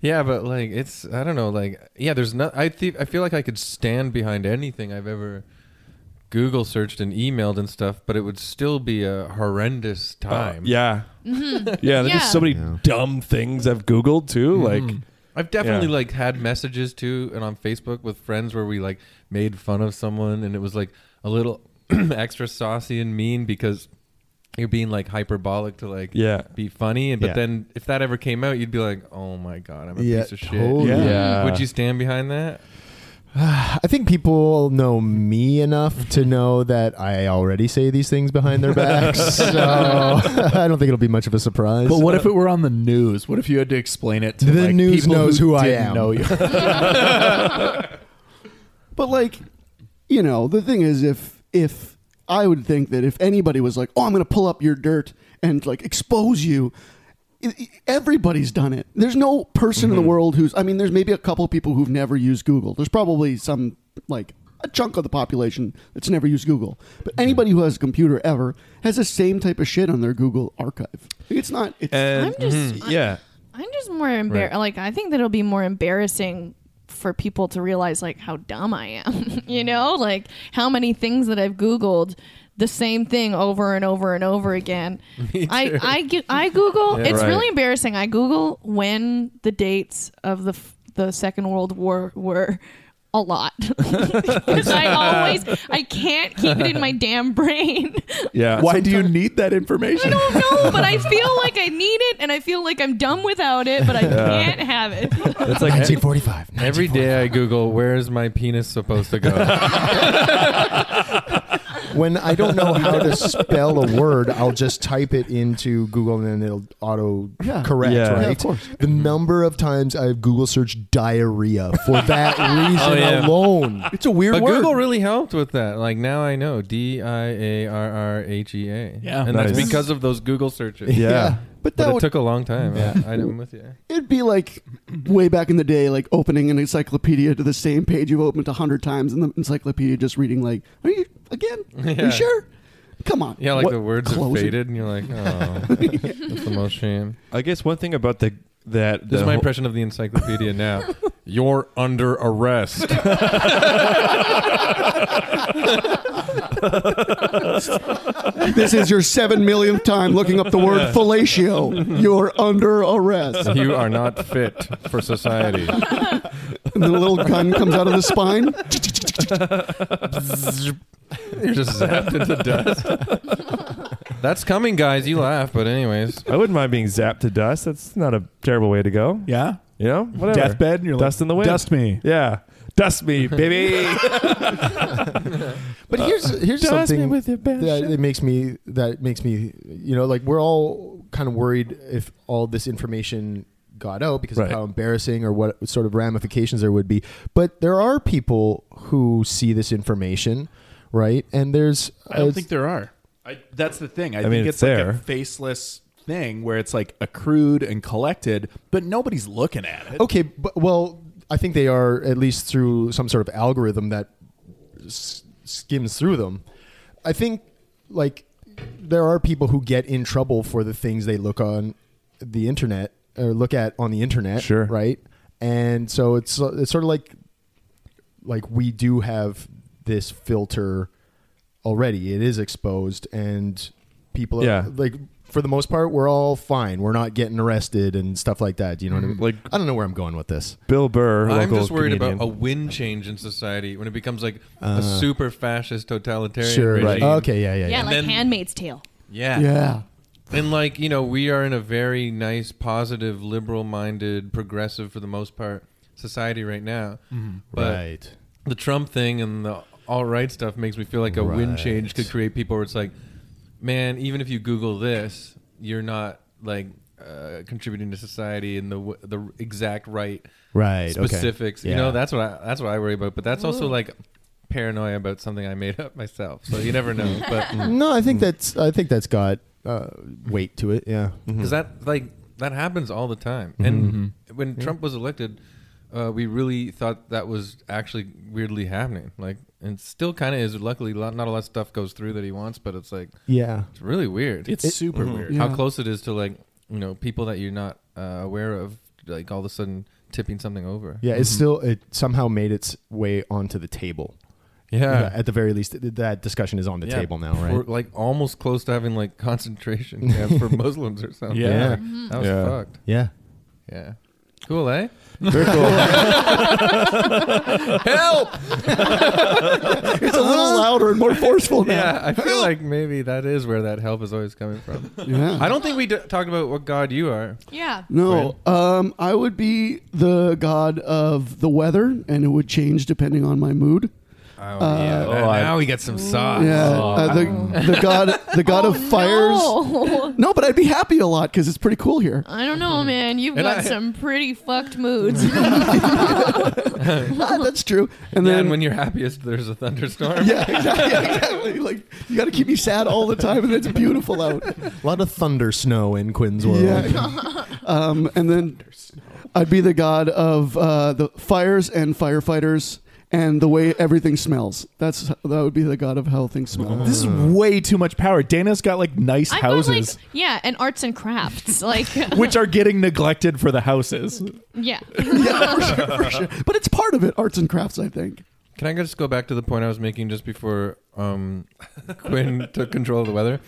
S1: Yeah, but like, it's I don't know, like, yeah, there's not. I thi- I feel like I could stand behind anything I've ever Google searched and emailed and stuff, but it would still be a horrendous time.
S7: Uh, Yeah. Yeah, there's
S6: Yeah.
S7: just so many dumb things I've Googled too.
S1: Mm-hmm.
S7: Like
S1: I've definitely
S7: Yeah.
S1: like had messages too, and on Facebook with friends where we like made fun of someone, and it was like a little extra saucy and mean because you're being like hyperbolic to like
S7: Yeah.
S1: be funny, and but
S4: Yeah.
S1: then if that ever came out, you'd be like, oh my god, I'm a
S4: Yeah,
S1: piece of shit.
S4: totally.
S7: Yeah.
S1: Would you stand behind that?
S4: I think people know me enough to know that I already say these things behind their backs, so I don't think it'll be much of a surprise.
S5: But what if it were on the news? What if you had to explain it to
S4: The
S5: like,
S4: news
S5: people
S4: knows who I
S5: didn't
S4: am.
S5: Know you.
S3: But like, you know, the thing is, if if I would think that if anybody was like, "Oh, I'm going to pull up your dirt and like expose you," i- i- everybody's done it. There's no person
S5: Mm-hmm.
S3: in the world who's. I mean, there's maybe a couple people who've never used Google. There's probably some like a chunk of the population that's never used Google. But
S5: Mm-hmm.
S3: anybody who has a computer ever has the same type of shit on their Google archive. It's not. It's,
S7: and
S6: I'm just.
S7: "Mm-hmm, yeah.
S6: I'm just more embarrassed. Like I think that it'll be more embarrassing for people to realize like how dumb I am. you know, like how many things that I've googled the same thing over and over and over again. I I gu- I google. it's
S7: right.
S6: really embarrassing. I google when the dates of the f- the Second World War were a lot because I always I can't keep it in my damn brain.
S7: Yeah.
S5: Why do you need that information?
S6: I don't know, but I feel like I need it, and I feel like I'm dumb without it, but I can't have it.
S7: It's like
S4: 1945?
S1: Every day I Google, where is my penis supposed to go?
S4: when I don't know how to spell a word, I'll just type it into Google and then it'll auto correct,
S7: Yeah.
S4: right?
S7: Yeah,
S3: of course.
S4: The number of times I've Google searched diarrhea for that reason
S1: Oh, yeah.
S4: alone.
S3: it's a weird
S1: But
S3: word.
S1: Google really helped with that. Like now I know D I A R R H E A.
S5: Yeah.
S1: and that's
S7: Nice.
S1: because of those Google searches.
S7: Yeah.
S3: but that
S1: But it
S3: would,
S1: took a long time. I, I'm with you.
S3: It'd be like way back in the day, like opening an encyclopedia to the same page you've opened a hundred times, and the encyclopedia just reading like, "Are you again? Are
S1: Yeah.
S3: you sure? Come on."
S1: Yeah, like
S3: What-
S1: the words
S3: close
S1: are
S3: it.
S1: faded, and you're like, oh, that's the most shame.
S7: I guess one thing about the that
S1: This
S7: the
S1: is my
S7: whole-
S1: impression of the encyclopedia now. You're under arrest.
S3: This is your seven millionth time looking up the word fellatio. You're under arrest.
S1: you are not fit for society.
S3: And the little gun comes out of the spine.
S1: You're just zapped into dust. That's coming, guys. You laugh, but anyways.
S7: I wouldn't mind being zapped to dust. That's not a terrible way to go.
S5: Yeah.
S7: You know, whatever.
S5: Deathbed. And you're
S7: Dust
S5: like,
S7: in the wind.
S5: Dust me.
S7: Yeah. Dust me, baby.
S4: But here's here's
S7: Dust Uh, me
S4: something
S7: with your best
S4: that
S7: shot.
S4: it makes me that makes me you know like we're all kind of worried if all this information got out because
S7: Right.
S4: of how embarrassing or what sort of ramifications there would be. But there are people who see this information, right? And there's
S5: I don't
S4: uh,
S5: think there are. I, that's the thing. I,
S7: mean,
S5: think
S7: it's
S5: it's,
S7: there.
S5: like a faceless thing where it's like accrued and collected, but nobody's looking at it.
S4: okay, but, well, I think they are at least through some sort of algorithm that s- skims through them. I think like there are people who get in trouble for the things they look on the internet or look at on the internet,
S7: Sure.
S4: right? And so it's it's sort of like like we do have this filter already. It is exposed and people are
S7: Yeah.
S4: like for the most part we're all fine. We're not getting arrested and stuff like that. Do you know what I mean?
S7: Mm-hmm. Like-
S4: I don't know where I'm going with this.
S7: Bill Burr.
S1: I'm
S7: local
S1: just worried
S7: comedian.
S1: about a wind change in society when it becomes like a super fascist totalitarian
S4: Sure.
S1: regime.
S4: Right. Okay. Yeah. Yeah.
S6: Yeah,
S4: Yeah.
S6: like
S1: then-
S6: Handmaid's Tale.
S1: Yeah.
S3: Yeah.
S1: And like, you know, we are in a very nice, positive, liberal minded, progressive for the most part society right now. But
S4: Mm-hmm. right.
S1: the Trump thing and the all right stuff makes me feel like a wind
S4: Right.
S1: change could create people where it's like, man, even if you Google this, you're not like uh, contributing to society in the w- the exact right
S4: Right. okay.
S1: specifics. You
S4: Yeah.
S1: know, that's what I, that's what I worry about. But that's also like paranoia about something I made up myself. So you never know. But
S4: No, I think that's I think that's got uh, weight to it. Yeah.
S1: because that like that happens all the time. And when Trump was elected, uh, we really thought that was actually weirdly happening. Like, and it still kind of is. Luckily, lot- not a lot of stuff goes through that he wants, but it's like
S4: Yeah.
S1: it's really weird.
S5: It's super weird.
S1: how
S3: Yeah.
S1: close it is to like you know people that you're not uh, aware of, like all of a sudden tipping something over.
S4: Yeah. It's still it somehow made its way onto the table.
S1: Yeah.
S4: At the very least, th- that discussion is on the
S1: Yeah.
S4: table now,
S1: We're
S4: right?
S1: like almost close to having like concentration camp for Muslims or something.
S4: Yeah.
S1: Like, that was
S7: Yeah.
S1: fucked.
S4: Yeah.
S1: Yeah. Cool, eh?
S7: Very cool.
S1: Help!
S3: It's a little louder and more forceful now.
S1: Yeah, I feel like maybe that is where that help is always coming from.
S3: Yeah.
S1: I don't think we d- talked about what God you are.
S6: Yeah.
S3: No, um, I would be the god of the weather, and it would change depending on my mood.
S1: Oh, yeah.
S7: Oh, I-
S1: now we got some sauce.
S3: Yeah, uh, the, the god, the god
S6: Oh,
S3: of fires.
S6: no.
S3: No, but I'd be happy a lot because it's pretty cool here.
S6: I don't know, man. You've
S1: And
S6: got
S1: I-
S6: some pretty fucked moods.
S3: Ah, that's true. And
S1: Yeah,
S3: then
S1: and when you're happiest, there's a thunderstorm.
S3: yeah, exactly, exactly. Like you got to keep me sad all the time, and it's beautiful out.
S4: A lot of thunder snow in Quinn's world.
S3: Yeah. um, and then I'd be the god of uh, the fires and firefighters and the way everything smells. That's that would be the god of how things smell.
S5: This is way too much power. Dana's got like nice
S6: I've got like
S5: houses,
S6: yeah, and arts and crafts. Like
S5: which are getting neglected for the houses.
S6: yeah.
S3: yeah, for sure, for sure. But it's part of it, arts and crafts, I think.
S1: Can I just go back to the point I was making just before um, Quinn took control of the weather?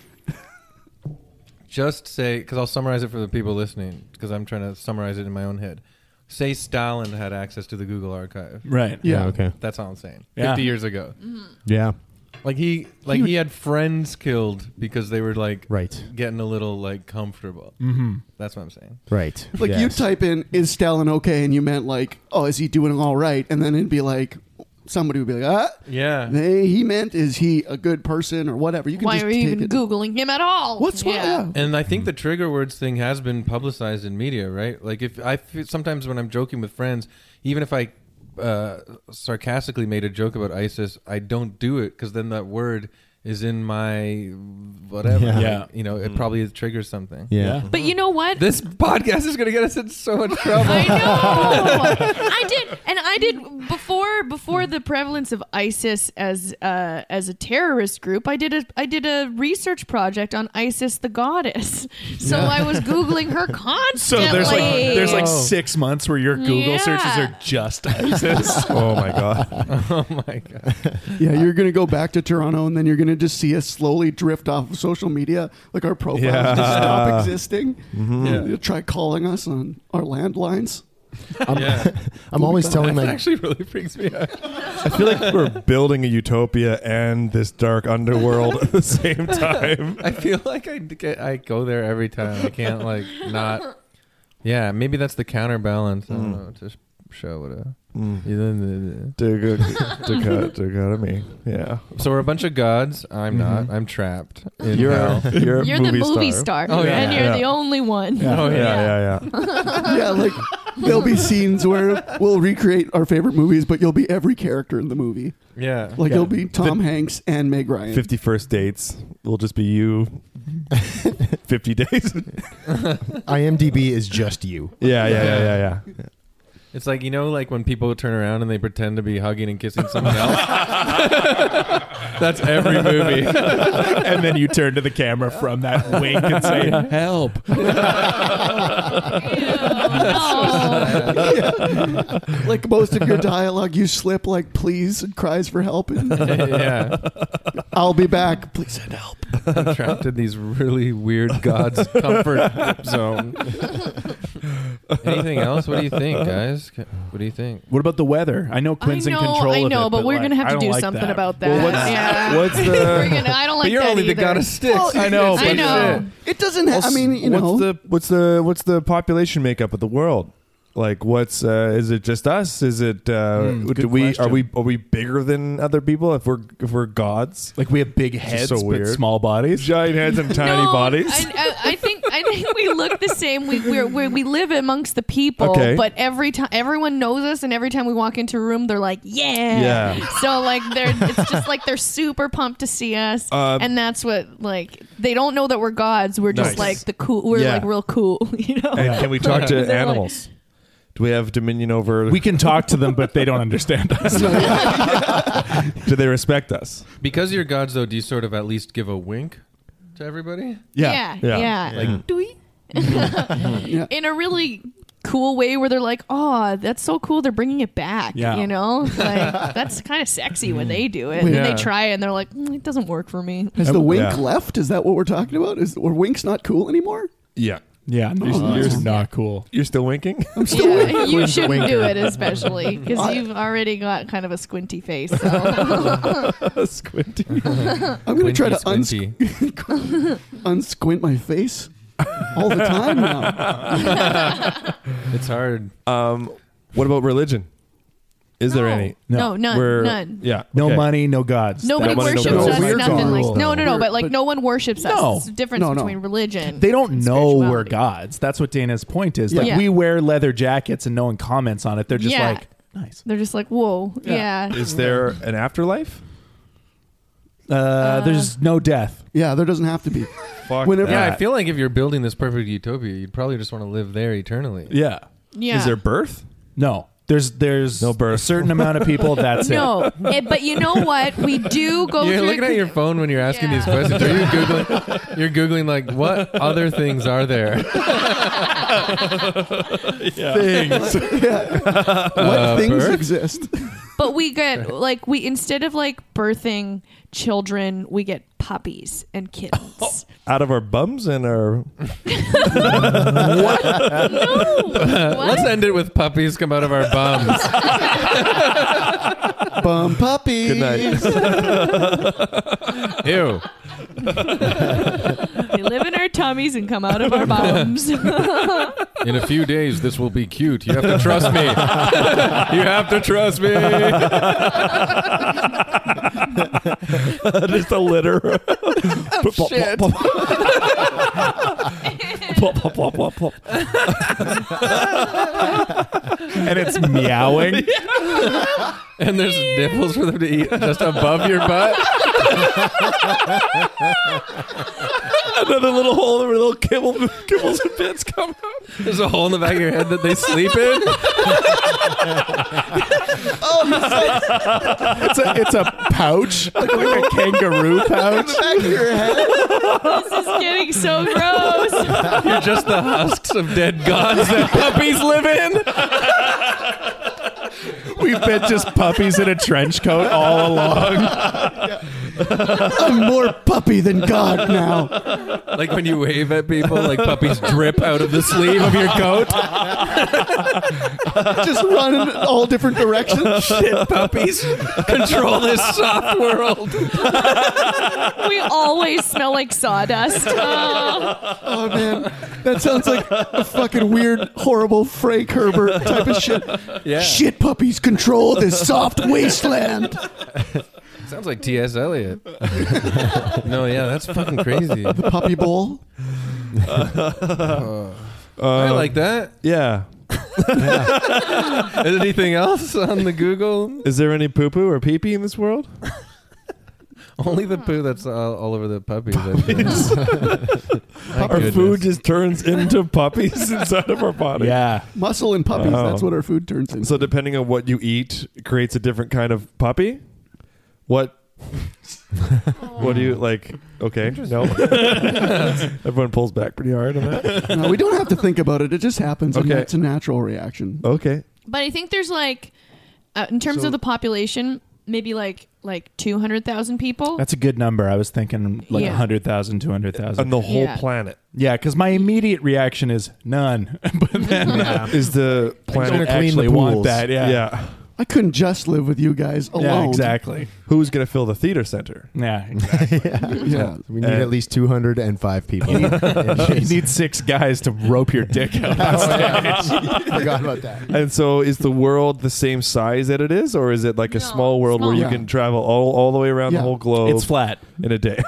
S1: Just say, because I'll summarize it for the people listening, because I'm trying to summarize it in my own head. Say Stalin had access to the Google archive.
S5: Right.
S3: Yeah.
S4: Okay.
S1: That's all I'm saying.
S5: Yeah.
S1: 50 years ago.
S4: Yeah.
S1: Like he like he, had friends killed because they were like
S4: Right.
S1: getting a little like comfortable. Mm-hmm. That's what I'm saying.
S4: Right.
S3: Like you
S4: Yes.
S3: type in "is Stalin okay?" and you meant like, "Oh, is he doing all right?" And then it'd be like, somebody would be like, "Ah,
S1: Yeah.
S3: they, he meant is he a good person or whatever." You can
S6: Why
S3: just
S6: are you
S3: take
S6: even
S3: it.
S6: googling him at all?
S3: What's what?
S6: yeah.
S3: yeah.
S1: And I think the trigger words thing has been publicized in media, right? Like if I feel, sometimes when I'm joking with friends, even if I uh, sarcastically made a joke about ISIS, I don't do it because then that word is in my whatever.
S4: Yeah.
S5: Yeah.
S1: You know, it probably triggers something.
S4: Yeah.
S6: But you know what?
S1: This podcast is going to get us in so much trouble.
S6: I know. I did, and I did before before the prevalence of ISIS as uh, as a terrorist group. I did a I did a research project on ISIS the goddess. So I was googling her constantly.
S5: So there's like there's like
S1: Oh.
S5: six months where your Google
S6: Yeah.
S5: searches are just ISIS.
S7: oh my god.
S1: oh my god.
S3: Yeah, you're gonna go back to Toronto, and then you're gonna just see us slowly drift off of social media. Like our profiles
S7: Yeah.
S3: just stop existing. Yeah. You'll try calling us on our landlines.
S4: I'm, I'm always telling my
S1: actually really freaks me out.
S7: I feel like we're building a utopia and this dark underworld at the same time.
S1: I feel like I get, I go there every time. I can't like not. Yeah, maybe that's the counterbalance. I
S7: Hmm.
S1: don't know. Just show it. up.
S7: Dig- dig- dichotomy. Yeah.
S1: So we're a bunch of gods. I'm not. I'm trapped. In
S7: Mm-hmm. You're,
S1: hell.
S7: a, you're, a
S6: You're
S7: movie
S6: the movie star,
S1: Oh, yeah.
S6: and you're
S7: Yeah.
S6: the only one.
S7: Oh, yeah, yeah, yeah.
S3: yeah, like there'll be scenes where we'll recreate our favorite movies, but you'll be every character in the movie.
S1: Yeah.
S3: Like you'll be Tom Hanks and Meg Ryan.
S7: 50 first dates will just be you 50 days.
S4: IMDb is just you.
S7: yeah, yeah, yeah, yeah, yeah.
S1: It's like you know, like when people turn around and they pretend to be hugging and kissing someone else. That's every movie.
S5: and then you turn to the camera from that wink and say,
S1: Help!
S6: Oh.
S3: like most of your dialogue, you slip like please and cries for help. And
S1: yeah,
S3: I'll be back. Please send help.
S1: I'm trapped in these really weird gods comfort zone. Anything else? What do you think, guys? What do you think?
S5: What about the weather? I know Quinn's
S6: I know,
S5: in control
S6: I
S5: of
S6: know,
S5: it,
S6: but, we're
S5: like,
S6: gonna have
S5: I
S6: to
S5: don't
S6: do
S5: like
S6: something
S5: that.
S6: about that.
S7: Well, what's-
S6: yeah.
S7: what's the-
S6: We're gonna, I don't like
S1: but you're
S6: that
S1: only
S6: either.
S1: the god of sticks.
S5: I know,
S6: I
S5: but
S6: know.
S3: uh, It doesn't. Ha- I mean, you
S7: what's
S3: know,
S7: the what's the what's the population makeup of the world? Like, what's uh, is it just us? Is it uh, do
S5: good
S7: we are
S5: question.
S7: we are we bigger than other people if we're if we're gods?
S5: Like we have big heads,
S7: so
S5: but
S7: weird.
S5: small bodies.
S7: Giant heads and tiny
S6: no,
S7: bodies.
S6: I, I, I think I think we look the same. We we're, we're, we live amongst the people,
S7: Okay.
S6: but every time everyone knows us, and every time we walk into a room, they're like, "Yeah."
S7: Yeah.
S6: So like they're it's just like they're super pumped to see us,
S7: Uh,
S6: and that's what like they don't know that we're gods. We're just
S7: Nice.
S6: like the cool. We're
S7: Yeah.
S6: like real cool, you know.
S7: and can we talk
S6: They're
S7: to
S6: like-
S7: animals? do we have dominion over?
S5: We can talk to them, but they don't understand us.
S7: do they respect us?
S1: Because you're gods, though, do you sort of at least give a wink to everybody?
S6: Yeah. Yeah. Like, do we? In a really cool way where they're like, oh, that's so cool. They're bringing it back.
S5: Yeah.
S6: You know? Like, that's kind of sexy when they do it. And then they try it and they're like, "Mm, it doesn't work for me.
S3: has the wink
S7: Yeah.
S3: left? Is that what we're talking about? Is were winks not cool anymore? Oh,
S7: Yeah.
S5: yeah, you're, you're not cool.
S7: You're still winking?
S6: Yeah, you shouldn't do it, especially because you've already got kind of a squinty face. So.
S7: Squinty.
S3: I'm gonna try to unsqu-
S1: Squinty,
S3: unsquint my face all the time now.
S1: squinty. It's hard.
S7: Um, what about religion? Is there
S6: No.
S7: any?
S6: No, none.
S7: We're-
S6: none.
S7: Yeah.
S5: No
S7: okay.
S5: money, no gods.
S6: Nobody
S7: That one
S6: worships
S7: is
S6: us.
S7: no-
S3: We're
S6: nothing like
S3: gone.
S6: no, no, no.
S3: We're-
S6: But like,
S3: but-
S6: no one worships us.
S5: No.
S6: It's the difference
S3: No, no.
S6: between religion.
S5: they don't
S6: and
S5: know we're
S6: spirituality.
S5: gods. That's what Dana's point is. Like
S6: Yeah.
S5: we wear leather jackets and no one comments on it. They're just
S6: Yeah.
S5: like, nice.
S6: They're just like, whoa, yeah.
S7: Is there an afterlife?
S5: Uh, there's no death.
S3: Yeah, there doesn't have to be.
S7: Fuck
S3: Whenever-
S1: Yeah,
S7: that.
S1: I feel like if you're building this perfect utopia, you'd probably just want to live there eternally.
S5: Yeah.
S6: Yeah.
S7: Is there birth?
S5: No. There's there's
S7: No birth.
S5: a certain amount of people. That's it.
S6: No, Eh, but you know what? We do go
S1: You're
S6: through.
S1: looking at your phone when you're asking
S6: Oh, Yeah.
S1: these questions. Are you googling? You're googling like what other things are there?
S3: Things. yeah. What
S1: Uh,
S3: things
S1: birth?
S3: exist?
S6: but we get like we instead of like birthing children, we get puppies and kittens.
S7: Out of our bums and our.
S6: no,
S1: Let's
S6: what?
S1: end it with puppies come out of our bums.
S3: Bum puppy.
S7: Good night.
S1: Ew.
S6: they live in our tummies and come out of our bottoms.
S1: In a few days, this will be cute. You have to trust me. you have to trust me.
S7: just a litter.
S5: Oh,
S1: Shit.
S5: And it's meowing.
S1: And there's nipples for them to eat just above your butt.
S7: Another little hole where little kibble, kibbles and bits come out.
S1: There's a hole in the back of your head that they sleep in.
S5: It's a it's a pouch, like, like a kangaroo pouch.
S6: this is getting so gross.
S1: You're just the husks of dead gods that puppies live in.
S5: We've been just puppies in a trench coat all along.
S3: I'm more puppy than God now.
S1: Like when you wave at people, like puppies drip out of the sleeve of your coat.
S3: Just run in all different directions. Shit.
S1: Puppies control this soft world.
S6: we always smell like sawdust. Oh.
S3: Oh man, that sounds like a fucking weird, horrible Frank Herbert type of shit.
S1: Yeah.
S3: Shit puppies control this soft wasteland.
S1: Sounds like T.S. Eliot. no, yeah, that's fucking crazy.
S3: The puppy bowl.
S1: I like that.
S7: uh, Yeah.
S1: Is anything else on the Google?
S7: Is there any poo poo or pee pee in this world?
S1: Only the poo that's all, all over the puppies. puppies.
S7: our food just turns into puppies inside of our body.
S5: Yeah.
S3: Muscle and puppies,
S7: Wow.
S3: that's what our food turns into.
S7: Oh. So depending on what you eat, it creates a different kind of puppy. What?
S6: Mm.
S7: what do you like? Okay, no. Everyone pulls back pretty hard on that.
S3: No, we don't have to think about it. It just happens. And
S7: Okay. Oh.
S3: it's a natural reaction.
S7: Okay,
S6: But I think there's like, uh, in terms of the population, maybe like like two hundred thousand people.
S5: That's a good number. I was thinking like
S6: Yeah.
S5: 100,000, 200,000.
S7: on the whole
S6: Yeah.
S7: planet
S5: Yeah, because my immediate reaction is none. but then
S7: is the
S5: I
S7: planet
S5: don't
S4: gonna clean
S5: actually
S4: the
S5: want
S4: pools.
S5: that. Yeah,
S7: Yeah.
S3: I couldn't just live with you guys alone.
S5: Yeah, exactly.
S7: Who's gonna fill the theater center?
S5: Yeah, exactly.
S3: Yeah.
S4: We need at least 205 people.
S5: you need six guys to rope your dick out.
S4: Forgot about that.
S7: And so, is the world the same size that it is, or is it like a
S6: No,
S7: small world where you
S3: small.
S7: can travel all, all the way around
S3: Yeah.
S7: the whole globe
S5: it's flat.
S7: in a day?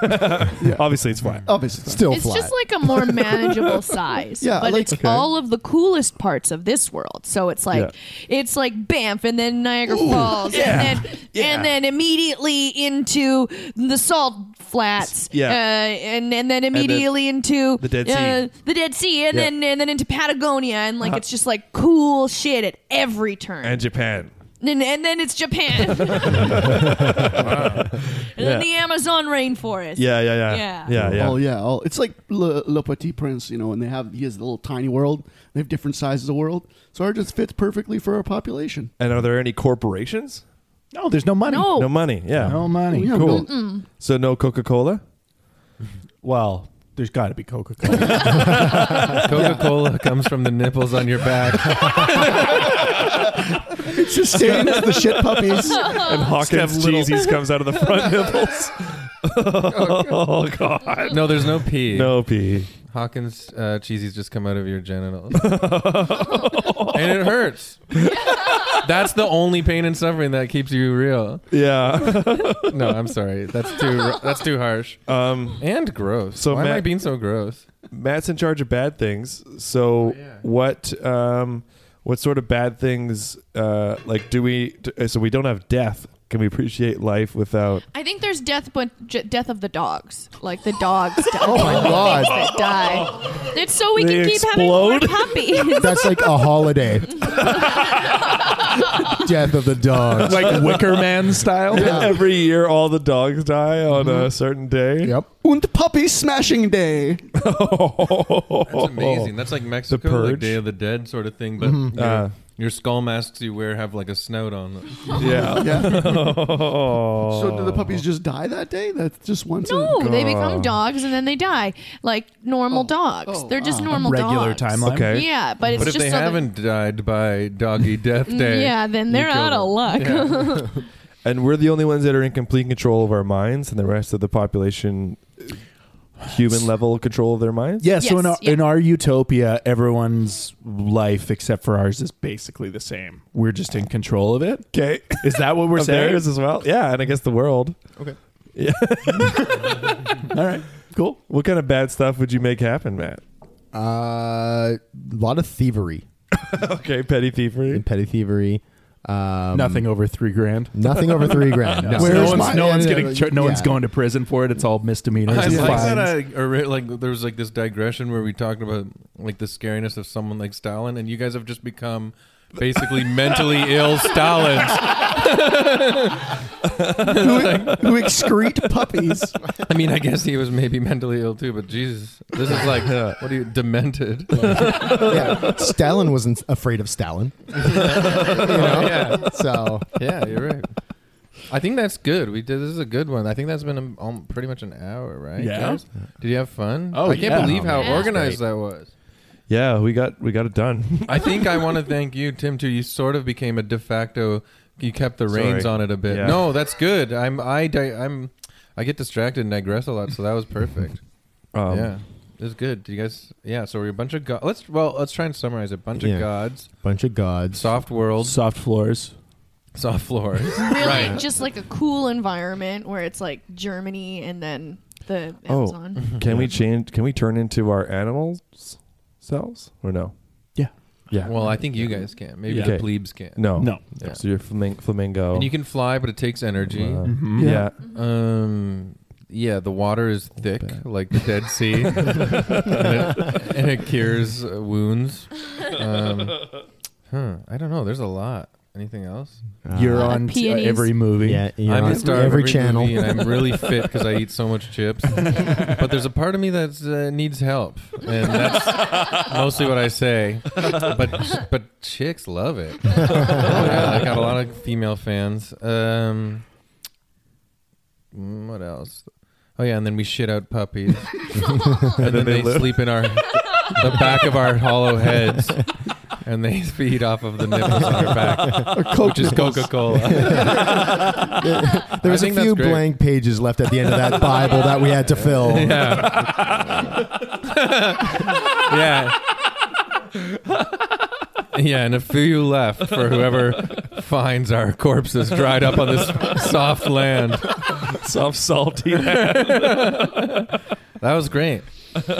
S7: Obviously, it's flat.
S3: Obviously. Still.
S4: Still
S6: it's
S4: flat.
S6: just like a more manageable size.
S3: Yeah, I
S6: but
S3: like-
S6: it's
S3: okay.
S6: all of the coolest parts of this world. So it's like it's like Banff and then Niagara Falls and then and then immediately into the Salt Flats.
S7: Yeah.
S6: uh, and and then immediately into
S7: the Dead Sea.
S6: uh, the Dead Sea, and
S7: Yeah. Uh-huh.
S6: then and then into Patagonia, and like it's just like cool shit at every turn.
S7: And Japan.
S6: And, and then it's Japan. and then the Amazon rainforest.
S7: Yeah, yeah, yeah,
S6: Yeah.
S7: yeah, yeah.
S3: Oh yeah, all, it's like Le, Le Petit Prince, you know, and they have he has the little tiny world. They have different sizes of world, so ours just fits perfectly for our population.
S7: And are there any corporations?
S5: No, there's no money.
S6: No.
S7: No money. Yeah.
S5: No money.
S3: Yeah,
S7: Cool. So no Coca Cola.
S5: Well, there's got to be Coca Cola.
S1: Coca Cola comes from the nipples on your back.
S3: It's just staying as the shit puppies.
S7: and Hawkins
S1: have little-
S7: cheesies comes out of the front nipples. oh God!
S1: No, there's no pee.
S7: No pee.
S1: Hawkins uh, cheesies just come out of your genitals, and it hurts. That's the only pain and suffering that keeps you real.
S7: Yeah.
S1: No, I'm sorry. That's too. That's too harsh
S7: Um,
S1: and gross.
S7: So
S1: So why am I
S7: Matt-
S1: being so gross?
S7: Matt's in charge of bad things. So what? Um, what sort of bad things? Uh, like, do we? d- So we don't have death. Can we appreciate life without?
S6: I think there's death, but j- death of the dogs. Like the dogs. Die.
S4: Oh my God.
S6: That die. It's so we
S7: They
S6: can keep
S7: explode?
S6: having more puppies.
S4: That's like a holiday. Death of the dogs.
S5: like Wicker Man style.
S7: Every year, all the dogs die on a certain day.
S4: Yep.
S3: Und puppy smashing day.
S1: That's amazing. That's like Mexico,
S7: Purge.
S1: like Day of the Dead sort of thing. But your,
S7: Uh.
S1: your skull masks you wear have like a snout on them.
S7: Yeah.
S3: Yeah.
S7: Oh.
S3: So do the puppies just die that day? That's just once. a-
S1: Oh
S6: No, they become dogs and then they die. Like normal dogs.
S3: Oh,
S6: They're just
S3: ah.
S6: normal
S5: Regular
S6: dogs.
S5: timeline.
S7: Okay.
S6: Yeah, but it's
S1: But if
S6: just
S1: they
S6: so that- Mm,
S1: haven't died by doggy death day,
S6: Yeah, then they're
S1: you kill
S6: out of
S1: them.
S6: luck.
S7: And we're the only ones that are in complete control of our minds, and the rest of the population, uh, human level control of their minds.
S5: Yeah, so in
S6: Yes,
S5: our,
S6: yeah.
S5: in our utopia, everyone's life except for ours is basically the same. We're just in control of it.
S7: Okay.
S5: Is that what we're
S7: Of
S5: saying?
S7: theirs as well. Yeah, and I guess the world.
S5: All right, cool.
S7: What kind of bad stuff would you make happen, Matt?
S4: Uh, a lot of thievery
S7: Okay, petty thievery.
S4: and petty thievery. Um,
S5: Nothing over three grand.
S4: Nothing over three grand. No,
S5: no
S3: Where's
S5: one's,
S3: my-
S5: no one's
S4: yeah,
S5: getting
S4: yeah,
S5: no one's
S4: yeah.
S5: going to prison for it. It's all misdemeanors.
S1: I
S5: and
S1: like
S5: fines.
S1: that I, ori- like there was like this digression where we talked about like the scariness of someone like Stalin, and you guys have just become basically mentally ill Stalins.
S3: who, who excrete puppies.
S1: I mean, I guess he was maybe mentally ill too, but Jesus, this is like what are you demented?
S4: Yeah. Stalin wasn't afraid of Stalin. You know?
S1: yeah,
S4: So
S1: yeah, you're right. I think that's good. We did. This is a good one. I think that's been um, um, pretty much an hour, right?
S5: Yeah.
S1: guys? Did you have fun?
S5: Oh,
S1: I can't
S5: yeah.
S1: believe how
S6: Yeah.
S1: organized that was.
S7: Yeah, we got we got it done.
S1: I think I want to thank you, Tim. Too. You sort of became a de facto. You kept the reins
S7: Sorry.
S1: on it a bit.
S7: Yeah.
S1: No, that's good. I'm. I. Di- I'm. I get distracted and digress a lot, so that was perfect.
S7: Um,
S1: yeah, it was good. Do you guys? Yeah. So we're a bunch of gods. Let's. Well, let's try and summarize it. Bunch
S4: Yeah.
S1: of gods,
S4: Bunch of gods.
S1: soft world,
S5: Soft floors.
S1: soft floor.
S6: Really,
S1: Right.
S6: just like a cool environment where it's like Germany and then the
S7: Oh.
S6: Amazon.
S7: Can we change? Can we turn into our animals selves or no?
S5: Yeah.
S7: Yeah.
S1: Well, I think you guys can. Maybe
S5: Yeah.
S1: the
S7: Okay.
S1: plebes can.
S7: no.
S5: No.
S1: Yeah.
S7: So you're flaming- flamingo.
S1: And you can fly, but it takes energy.
S7: Uh,
S5: Mhm.
S7: Yeah.
S1: Um. Yeah, the water is thick,
S7: bad.
S1: like the Dead Sea, and, it, and it cures uh, wounds. Um, huh. I don't know. There's a lot. Anything else?
S4: Uh,
S5: You're
S6: Uh,
S5: on t- uh,
S6: peonies.
S5: every movie.
S4: yeah, you're
S1: I'm
S4: on
S1: a star of
S4: every,
S1: every
S4: channel.
S1: movie, and I'm really fit because I eat so much chips. but there's a part of me that uh, needs help, and that's mostly what I say. But but chicks love it. Oh, yeah, I got a lot of female fans. Um, mm, what else? Oh yeah, and then we shit out puppies, and then they,
S7: they live.
S1: sleep in our the back of our hollow heads. And they feed off of the nipples on our back,
S3: Or Coke
S1: which is
S3: nipples.
S1: Coca Cola.
S4: there was
S1: I
S4: a
S1: think that's
S4: few
S1: great.
S4: blank pages left at the end of that Bible that we had to fill.
S1: yeah. yeah. Yeah, and a few left for whoever finds our corpses dried up on this soft land.
S7: Soft salty.
S1: That was great.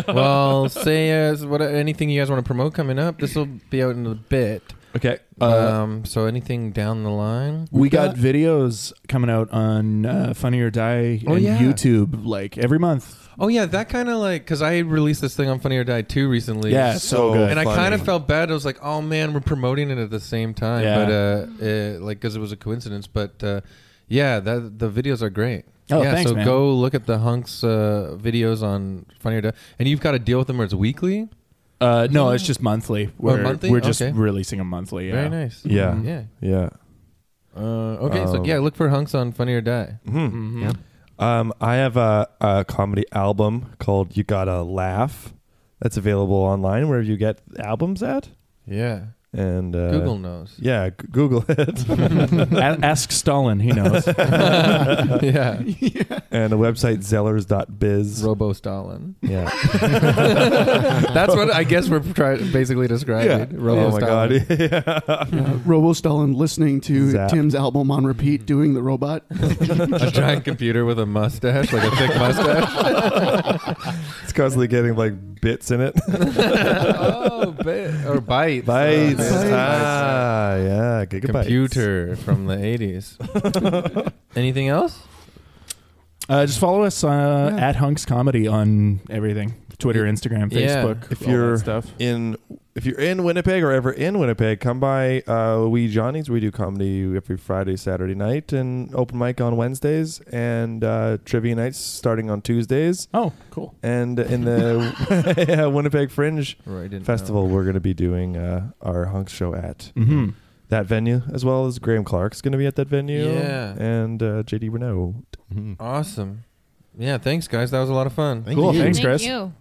S1: Well, say uh, what anything you guys want to promote coming up. This will be out in a bit.
S7: okay.
S5: Uh,
S1: um, so anything down the line?
S5: We got videos coming out on uh, Funny or Die
S1: Oh,
S5: and
S1: yeah.
S5: YouTube like every month.
S1: Oh yeah, that kind of like because I released this thing on Funny or Die too recently.
S5: Yeah, so good.
S1: and I kind of
S7: funny.
S1: felt bad. I was like, "Oh man, we're promoting it at the same time,"
S5: Yeah.
S1: but uh, uh like because it was a coincidence. But uh, yeah, that the videos are great.
S5: Oh,
S1: yeah,
S5: thanks,
S1: so
S5: man.
S1: go look at the hunks uh, videos on Funny or Die, and you've got to deal with them, or it's weekly.
S5: Uh, no, it's just monthly. We're,
S1: monthly?
S5: we're just
S1: Okay.
S5: releasing them monthly. Yeah.
S1: Very nice.
S7: Yeah.
S1: yeah.
S7: Yeah.
S1: Uh, okay, so
S7: Um, hmm.
S1: yeah, look for hunks on Funny or Die.
S7: Um, I have a, a comedy album called "You Gotta Laugh" that's available online wherever you get albums at.
S1: Yeah,
S7: And uh,
S1: Google knows.
S7: Yeah, g- Google it.
S5: A- ask Stalin. He knows.
S1: yeah,
S7: and the website zellers.biz.
S1: Robo Stalin.
S7: yeah.
S1: That's what I guess we're try- basically describing. Robo
S7: oh my god.
S1: Stalin.
S7: yeah.
S3: Uh, Robo Stalin listening to
S7: Zap.
S3: Tim's album on repeat, doing the robot.
S1: a giant computer with a mustache, like a thick mustache.
S7: It's constantly getting like bits in it.
S1: oh, bit or bites.
S7: Bites.
S1: Oh, man.
S7: Ah, yeah.
S1: Bites.
S7: Gigabytes.
S1: Computer from the eighties. Anything else?
S5: Uh, just follow us uh,
S3: Yeah.
S5: at Hunks Comedy on everything Twitter, Instagram,
S1: Yeah.
S5: Facebook.
S7: If
S5: all that
S7: you're-
S5: stuff.
S7: in if you're in Winnipeg or ever in Winnipeg, come by uh, We Johnny's. We do comedy every Friday, Saturday night, and open mic on Wednesdays, and uh, trivia nights starting on Tuesdays.
S5: Oh, cool.
S7: And in the yeah, Winnipeg Fringe
S1: Oh, Right. didn't
S7: Festival,
S1: know.
S7: we're going to be doing uh, our Hunk show at
S5: hmm
S7: that venue, as well as Graham Clark's going to be at that venue,
S1: Yeah.
S7: and uh, JD Renault.
S4: Mm-hmm.
S1: Awesome. Yeah. Thanks, guys. That was a lot of fun.
S4: Thank
S5: Cool.
S4: you.
S5: Thanks,
S6: Thank
S5: Chris.
S6: you.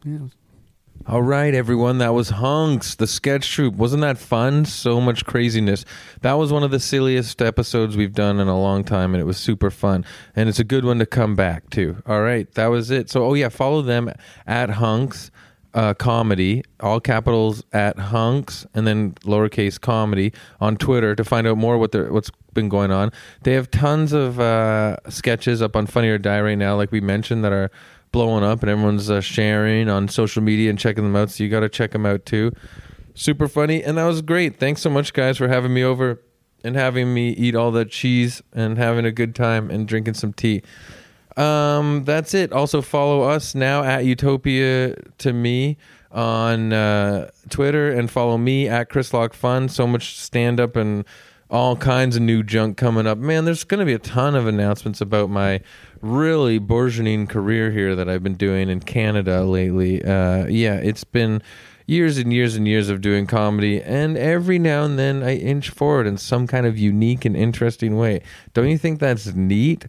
S1: All right, everyone. That was Hunks, the sketch troupe. Wasn't that fun? So much craziness. That was one of the silliest episodes we've done in a long time, and it was super fun. And it's a good one to come back to. All right, that was it. So, oh, yeah, follow them at Hunks uh, Comedy, all capitals at Hunks, and then lowercase comedy on Twitter to find out more what they're, what's been going on. They have tons of uh, sketches up on Funny or Die right now, like we mentioned, that are blowing up and everyone's uh, sharing on social media and checking them out. So you got to check them out too. Super funny. And that was great. Thanks so much, guys, for having me over and having me eat all the cheese and having a good time and drinking some tea. Um, that's it. Also follow us now at Utopia to me on uh, Twitter and follow me at Chris Lock Fun. So much stand up and all kinds of new junk coming up. Man, there's going to be a ton of announcements about my really bourgeoning career here that I've been doing in Canada lately. Uh, yeah, it's been years and years and years of doing comedy, and every now and then I inch forward in some kind of unique and interesting way. Don't you think that's neat?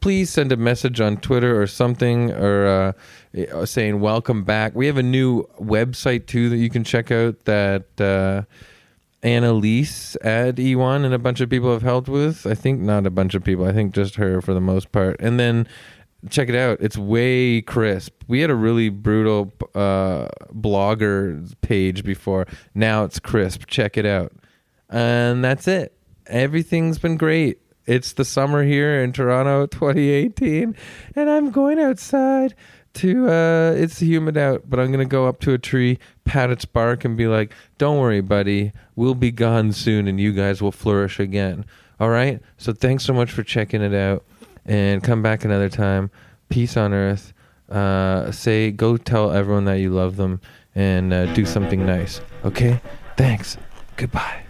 S1: Please send a message on Twitter or something, or uh, saying welcome back. We have a new website too that you can check out that. Uh, Annalise at E1 and a bunch of people have helped with. I think not a bunch of people. I think just her for the most part. And then check it out. It's way crisp. We had a really brutal uh, blogger page before. Now it's crisp. Check it out. And that's it. Everything's been great. It's the summer here in Toronto 2018 and I'm going outside to uh it's humid out but i'm gonna go up to a tree pat its bark and be like don't worry buddy we'll be gone soon and you guys will flourish again all right so thanks so much for checking it out and come back another time peace on earth uh say go tell everyone that you love them and uh, do something nice okay thanks goodbye